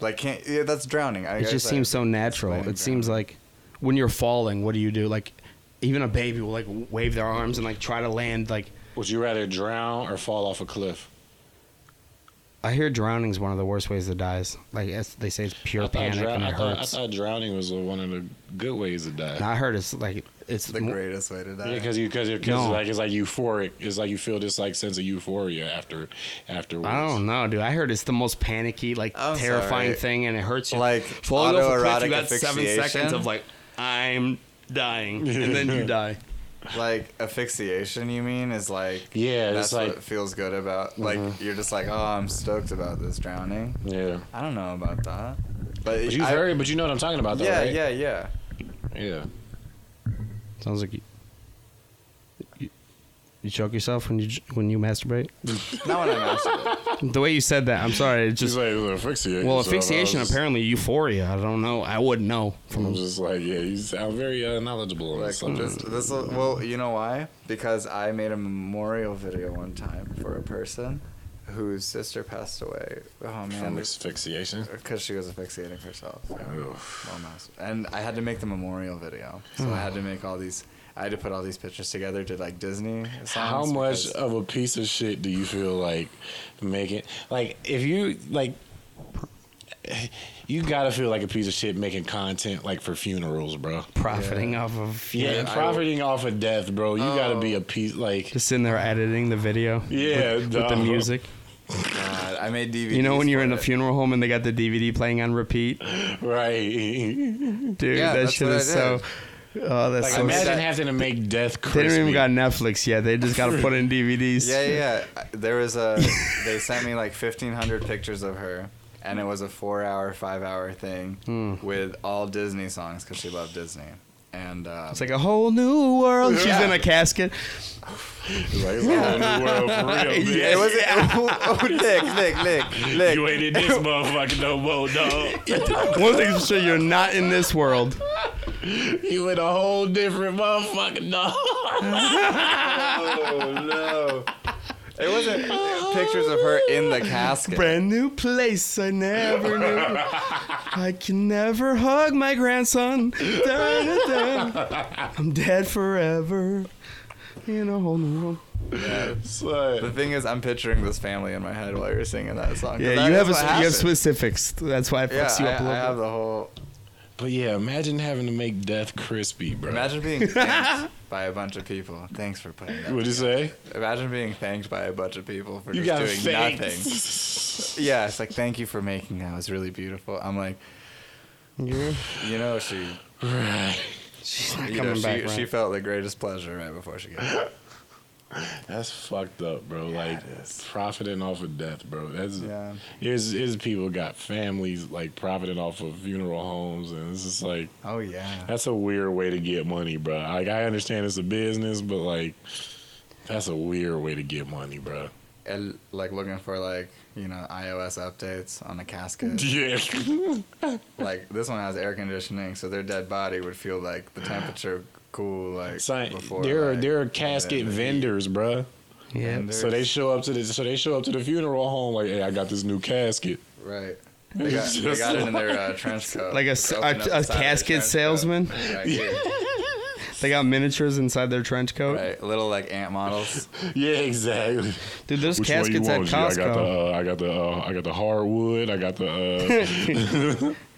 E: Like can't. Yeah, that's drowning. I
D: it
E: guess
D: just
E: I-
D: seems so natural.
E: explaining
D: It seems
E: drowning.
D: like when you're falling, what do you do? Like even a baby will like wave their arms and like try to land. Like
F: Would you rather drown or fall off a cliff?
D: I hear drowning is one of the worst ways to die. It's, Like it's, they say, it's pure
F: I, thought
D: panic
F: drow-
D: and it
F: I, thought, I
D: hurts.
F: thought drowning was one of the good ways to
D: And
F: die.
D: I heard it's like it's
E: the
D: mo-
E: greatest way to die.
F: Because you, because
D: No.
F: like it's like euphoric. It's like you feel this like sense of euphoria after, afterwards.
D: I don't know, dude. I heard it's the most panicky, like
E: I'm
D: terrifying
E: sorry.
D: thing, and it hurts you.
E: Like,
D: falling off a cliff, you
E: autoerotic
D: got seven
E: asphyxiation?
D: seconds of like, I'm dying, and then you die.
E: like asphyxiation you mean is like
F: Yeah,
E: that's
F: it's like-
E: what feels good about like you're just like oh i'm stoked about this drowning
F: Yeah,
E: i don't know about that but
F: but you
E: I-
F: heard, but you know what I'm talking about, though,
E: yeah
F: right?
E: yeah yeah
F: yeah.
D: Sounds like you, you, you choke yourself when you j- when you masturbate.
E: not when i masturbate
D: the way you said that, I'm sorry. It
F: Just
D: just
F: like asphyxiation.
D: well, asphyxiation apparently euphoria. I don't know. I wouldn't know
E: Mm,
F: I'm
D: from
F: just like, yeah, you sound very uh, knowledgeable on
E: like
F: this subject.
E: this, this will- well you know why because i made a memorial video one time for a person whose sister passed away oh
F: From
E: man
F: asphyxiation.
E: because she was asphyxiating herself
F: Oof.
E: Well, mouse. And I had to make the memorial video, so I had to make all these. I had to put all these pictures together to like Disney. Songs
F: How much
E: because-
F: of a piece of shit do you feel like making? Like, if you like, you gotta feel like a piece of shit making content like for funerals, bro.
D: profiting off of
F: Yeah,
D: yeah.
F: and profiting off of death, bro. You gotta be a piece like.
D: Just in there editing the video.
F: Yeah,
D: with, with the
F: dog.
D: music.
E: God, I made DVDs.
D: You know when you're in
E: for
D: a
E: it.
D: funeral home and they got the DVD playing on repeat,
F: Right.
D: dude.
E: Yeah,
D: that
E: that's
D: shit
E: what I
D: is so. Oh, that's
E: Like,
D: so.
E: I made
D: sad.
E: that-
F: Imagine having to make death
D: They
F: crispy.
D: don't even got Netflix yet. They just got to put in DVDs.
E: Yeah, yeah, yeah. There was a. they sent me like 1,500 pictures of her, and it was a four-hour, five-hour thing
D: Hmm.
E: with all Disney songs because she loved Disney. And um,
D: It's like a whole new world. She's
E: Yeah.
D: in a casket.
F: Like, it's a whole new world for real, bitch.
E: it was. Oh, oh, Nick, Nick, Nick, Nick.
F: You ain't in this motherfucker no more, dog.
D: One thing's for sure, you're not in this world.
F: You in a whole different motherfucker, dog.
E: Oh no! It wasn't pictures of her in the casket.
D: Brand new place I never knew. I can never hug my grandson. Da, da, da. I'm dead forever in a whole new world.
E: The
F: So,
E: thing is, I'm picturing this family in my head while you're singing that song. 'cause
A: Yeah,
E: that
A: you
E: is
A: have a,
E: what
A: you have
E: happened.
A: specifics. That's why it
E: Yeah,
A: fucks
E: I,
A: you up a
E: I
A: little
E: have
A: bit.
E: the whole.
F: but yeah, imagine having to make death crispy, bro.
E: Imagine being thanked by a bunch of people. Thanks for playing that.
F: What'd you say?
E: Imagine being thanked by a bunch of people for
F: You
E: just
F: got
E: doing nothing.
F: thanks.
E: Yeah, it's like thank you for making that. It was really beautiful. I'm like, you know, she,
F: Right.
D: She's not
E: you know,
D: coming
E: she,
D: back.
E: she
D: right.
E: felt the greatest pleasure right before she got. It.
F: That's fucked up, bro. like profiting off of death, bro. That's
E: Yeah.
F: Here's here's people got families like profiting off of funeral homes, and it's just like
E: Oh yeah.
F: that's a weird way to get money, bro. Like I understand it's a business, but like that's a weird way to get money, bro.
E: And, like looking for like you know iOS updates on a casket.
F: Yeah.
E: like this one has air conditioning, so their dead body would feel like the temperature cool like
F: Son,
E: before.
F: there are
E: like,
F: there are
E: and
F: casket
E: then the heat.
F: vendors, bro.
D: Yeah.
E: And
F: So they
E: there's-
F: show up to the so they show up to the funeral home like, hey, I got this new casket.
E: right. They got, they
F: Just
E: got it in their uh, trench coat.
A: Like a s-
E: Just
A: a-
E: open up the
A: a
E: side of their
A: casket
E: trench coat.
A: salesman?
E: Right, here.
A: They got miniatures inside their trench coat.
E: right, little like ant models.
F: Yeah, exactly.
A: Dude, there's
F: Which one you
A: caskets at
F: want? G? I got the
A: Costco.
F: uh, I got the uh, I got the hardwood. I got the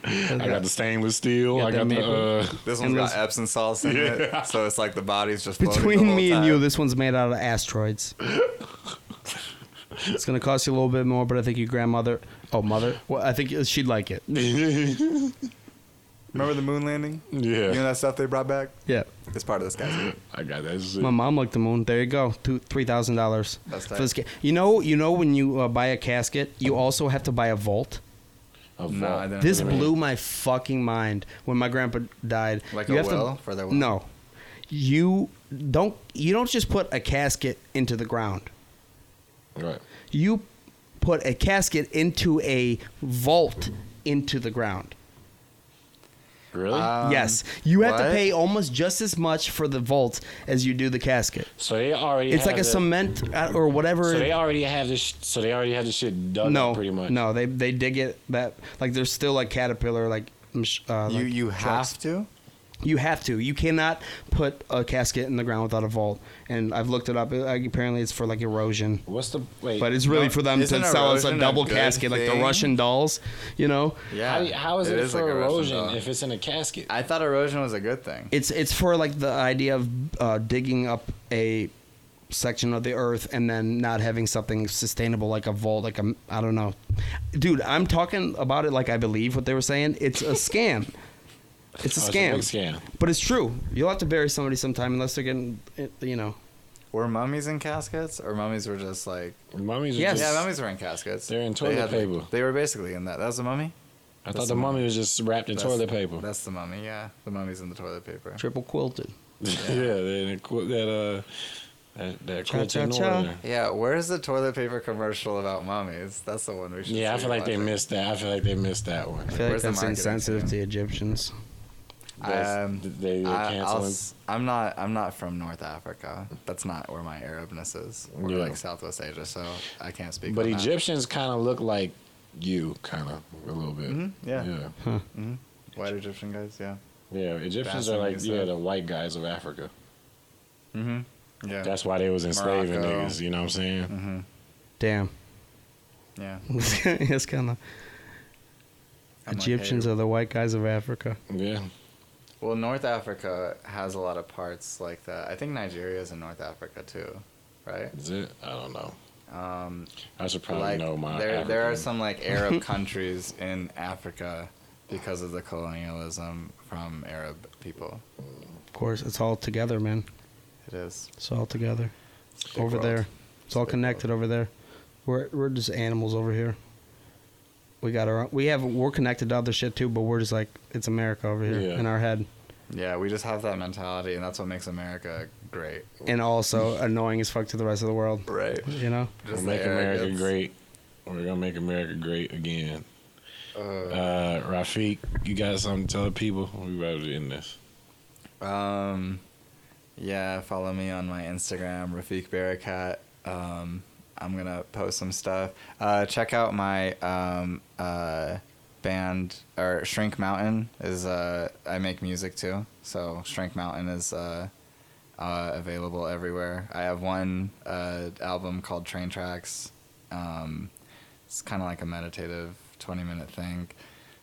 F: uh, I got the stainless steel.
D: got
F: I
D: the
F: got the
D: maple.
F: uh,
E: This one's
A: And
E: got
A: those-
E: Epsom salts in
F: Yeah.
E: it, so it's like the body's just floating the
D: Between
E: whole
D: me and you,
E: time.
D: this one's made out of asteroids. it's gonna cost you a little bit more, but I think your grandmother, oh mother, well, I think she'd like it.
E: Remember the moon landing? You know
F: yeah.
E: that stuff they brought back?
D: Yeah,
E: It's part of this casket.
F: uh, I got that shit.
D: my mom liked the moon. There you go, Two, three thousand dollars.
E: That's
D: for
E: tight.
D: this ca- You know, you know when you uh, buy a casket, you also have to buy a vault.
F: A
E: No,
F: vault.
E: I didn't.
D: This
E: Really?
D: blew my fucking mind when my grandpa died.
E: Like
D: You
E: a
D: have to-
E: will for their will?
D: No, you don't. You don't just put a casket into the ground.
F: Right.
D: you put a casket into a vault into the ground.
F: Really?
E: Um,
D: yes, you have to
E: what?
D: pay almost just as much for the vault as you do the casket.
F: so they already.
D: it's like a
F: have the-
D: cement uh, or whatever.
F: So they already have this. So they already have this shit done.
D: no,
F: pretty much.
D: no, they they dig it that like there's still like caterpillar like. mach- Uh,
E: You
D: like
E: you
D: trucks.
E: have to.
D: you have to you cannot put a casket in the ground without a vault and I've looked it up It- like, apparently it's for like erosion
F: What's the wait?
D: but it's really
E: No,
D: for them to
E: isn't
D: sell us a
E: erosion a
D: double
E: good
D: casket like the
E: thing?
D: Russian dolls you know
E: Yeah.
F: how, how is it,
E: like
F: for
E: a Russian
F: erosion
E: doll.
F: if it's in a casket?
E: I thought erosion was a good thing.
D: It's it's for like the idea of uh, digging up a section of the earth and then not having something sustainable like a vault, like a I don't know, dude. I'm talking about it like I believe what they were saying. It's a scam. It's a
F: Oh, it's a
D: scam.
F: big scam.
D: But it's true. You'll have to bury somebody sometime unless they're getting, it- you know.
E: Were mummies in caskets, or mummies were just like?
F: Mummies. are
D: Yes.
E: Yeah,
F: just-
E: mummies were in caskets.
F: They're in
E: They
F: toilet
E: had, like-
F: paper.
E: they were basically in that. That was a mummy.
F: I thought
E: That's
F: the
E: the
F: mummy was just wrapped in
E: That's-
F: toilet paper.
E: That's the mummy. Yeah, the mummy's in the toilet paper.
D: Triple quilted.
F: yeah, they that uh, that, that quilted
D: Cha-cha-cha.
F: northern.
E: Yeah, where's the toilet paper commercial about mummies? That's the one we should.
F: Yeah, I
E: see
F: feel like they
E: watching.
F: missed that. I feel like they missed that one.
D: I feel like
E: Where's the
D: that's
E: marketing
D: insensitive
E: team?
D: to Egyptians.
E: Um,
F: they were
E: I, I'll
F: canceling.
E: s- I'm not. I'm not from North Africa. That's not where my Arabness is. We're
F: Yeah.
E: like Southwest Asia, so I can't speak.
F: But
E: on that.
F: Egyptians kind of look like you, kind of a little bit.
E: Mhm, yeah.
F: yeah,
E: white Egyptian guys, yeah.
F: Yeah, Egyptians
E: That's
F: are
E: what
F: like
E: they
F: yeah
E: said.
F: the white guys of Africa.
E: Mm-hmm. Yeah.
F: That's why they was enslaving
E: Morocco.
F: niggas. You know what I'm saying?
E: mm-hmm.
D: Damn,
E: Yeah.
D: it's kind of
E: I'm like,
D: Egyptians
E: hey,
D: are the white guys of Africa.
F: Yeah,
E: Well, North Africa has a lot of parts like that. I think Nigeria is in North Africa too, right?
F: is it? I don't know.
E: Um,
F: I should probably
E: like
F: know my.
E: there, there are
F: African-
E: some like Arab countries in Africa because of the colonialism from Arab people.
D: Of course, it's all together, man.
E: It is
D: It's all together.
E: big
D: over
E: world.
D: there. It's all
E: big
D: connected over there. We're we're just animals over here. We got our own, we have we're connected to other shit too, but we're just like it's America over here
F: Yeah.
D: in our head.
E: yeah. We just have that mentality, and that's what makes America great.
D: And also annoying as fuck to the rest of the world.
E: Right.
D: You know?
F: We'll make America great. We're gonna make America great again. Uh, Rafiq, you got something to tell the people? We about to end this.
E: Um, yeah, follow me on my Instagram, Rafik Barakat. Um, I'm gonna post some stuff. Uh, check out my um, uh, band or Shrink Mountain is uh, I make music too. So Shrink Mountain is uh, uh, available everywhere. I have one uh, album called Train Tracks. Um, it's kind of like a meditative 20 minute thing.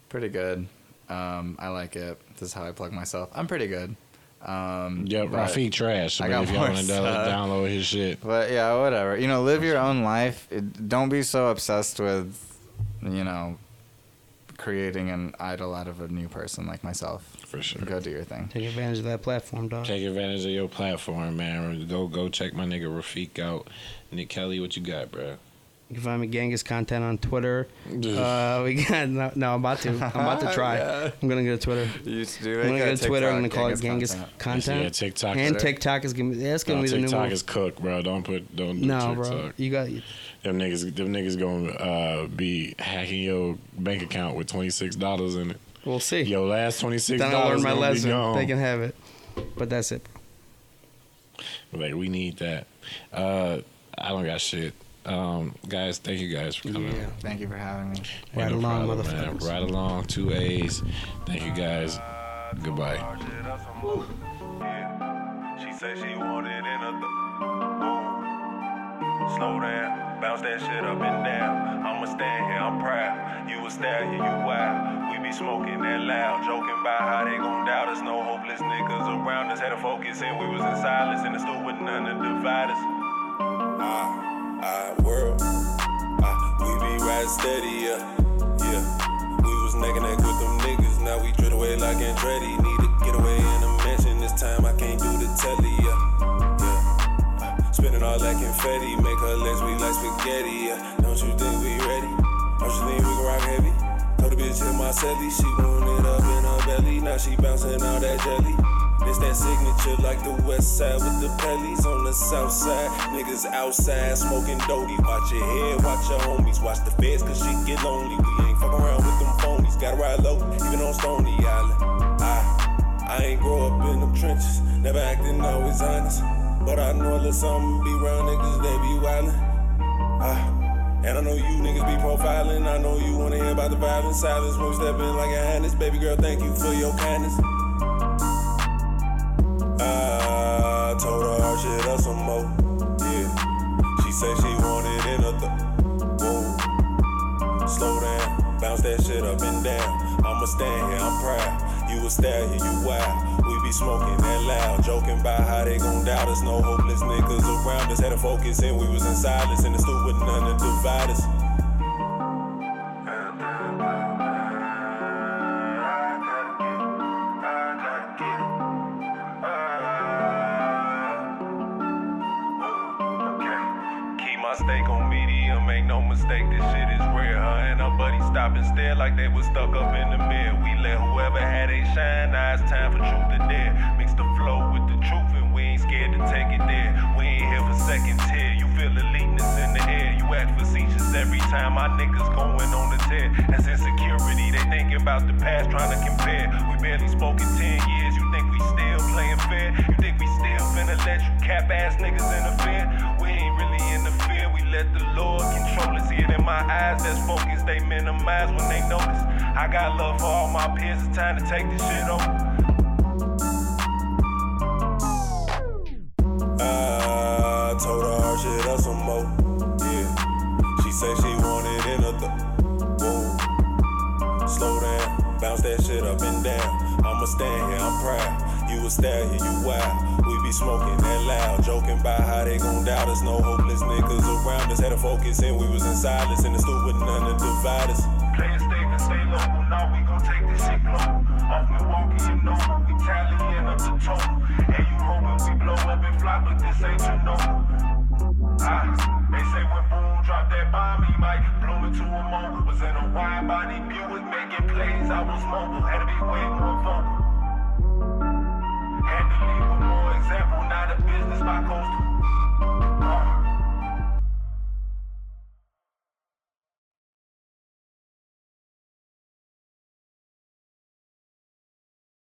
E: Pretty good. Um, I like it. This is how I plug myself. I'm pretty good. Um,
F: Yep,
E: but-
F: Rafiq trash.
E: I
F: But
E: got
F: if y'all
E: more
F: want to
E: stuff.
F: download his shit,
E: But yeah, whatever. You know, live your own life. It, don't be so obsessed with, you know, creating an idol out of a new person like myself.
F: for sure.
E: Go do your thing.
D: Take advantage of that platform, dog.
F: Take advantage of your platform, man. Go go check my nigga Rafiq out. Nick Kelly, what you got, bro?
D: You can find me Genghis content on Twitter. Uh, we got no, no. I'm about to. I'm about to try. I'm gonna go to Twitter.
E: You used to do
D: I'm gonna go to Twitter. I'm gonna call it Genghis content.
F: Yeah, TikTok.
D: and
F: Twitter.
D: TikTok is gonna. be That's gonna
F: No,
D: be the new
F: Uh, TikTok
D: one.
F: is cooked, bro. Don't put don't do
D: No,
F: TikTok.
D: bro. You got.
F: Them niggas, them niggas gonna uh, be hacking your bank account with twenty six dollars in it.
D: We'll see.
F: Your last twenty six
D: then I learned
F: dollars
D: Eh. my
F: gonna be
D: lesson.
F: gone.
D: They can have it. But that's it.
F: Like we need that. Uh, I don't got shit. Um, guys, thank you guys for coming.
D: Yeah.
E: Thank you for having me.
F: Ain't
D: Right
F: no
D: along,
F: problem, man.
D: motherfuckers.
F: Right along, two A's. Thank you guys. Goodbye.
C: Yeah. She said she wanted in a th-
G: Slow down, bounce that shit up and down. I'ma stand here, I'm proud. You a stallion, you wild. We be smoking that loud, joking about how they gon' doubt us. No hopeless niggas around us. Had a focus and we was in silence in the stool with none to divide us. Ah,
C: I, I world. I, we be riding steady, yeah, yeah. We was neck and neck with them niggas, now we drift away like Andretti. Need to get away in a mansion, this time I can't do the telly, yeah, yeah. Uh, Spinning all that confetti, make her legs we like spaghetti, yeah. Don't you think we ready? Don't you think we can rock heavy? Told the bitch in my celly, she want it up in her belly, now she bouncing all that jelly. It's that signature like the west side with the pellies on the south side. Niggas outside smoking doty. Watch your head, watch your homies. Watch the feds cause shit get lonely. We ain't fuck around with them phonies. Gotta ride low, even on Stony Island. I, I ain't grow up in them trenches. Never acting always honest. But I know a little something be round niggas, they be wildin'. Ah, and I know you niggas be profiling. I know you wanna hear about the violence. Silence when we step in like a highness. Baby girl, thank you for your kindness. I told her her shit up some more. Yeah. She said she wanted in a th- Whoa. Slow down, bounce that shit up and down. I'ma stand here, I'm proud. You a stallion, you wild. We be smoking that loud, joking about how they gon' doubt us. No hopeless niggas around us. Had a focus and we was in silence. In the stool with none to divide us.
G: Keep my steak on medium, make no mistake, this shit is real. Her and her buddy stop and stare like they was stuck up in the bed. We let whoever had they shine, now it's time for truth to dare. Mix the flow with the truth, and we ain't scared to take it there. We ain't here for second tier, you feel eliteness in the air. You act facetious every time my niggas going on the tear. That's insecurity, they thinking about the past, trying to compare. We barely spoke in 10 years, you think we still playing fair? You think we still finna let you cap ass niggas interfere? We ain't really interfere, we let the Lord control us. See it in my eyes, that's focus, they minimize when they notice. I got love for all my peers, it's time to take this shit over.
C: I told her her shit up some more. Yeah. She said she wanted in a th- Whoa. Slow down, bounce that shit up and down. I'ma stand here, I'm proud. You a stallion, you wild. We be smoking that loud, joking about how they gon' doubt us. No hopeless niggas around us. Had a focus and we was in silence. In the stool with none to divide us.
G: Players stay and stay local. Now we gon' take this shit global. Off Milwaukee and Nova, we tallying up the total. And you hoping we blow up and fly, but this ain't your normal. Ah, they say when Boom dropped that bomb, he might blow into a mogul. Was in a wide body Buick making plays. I was mobile, had to be way more vocal. Had to leave with more example, not a business by Uh, cold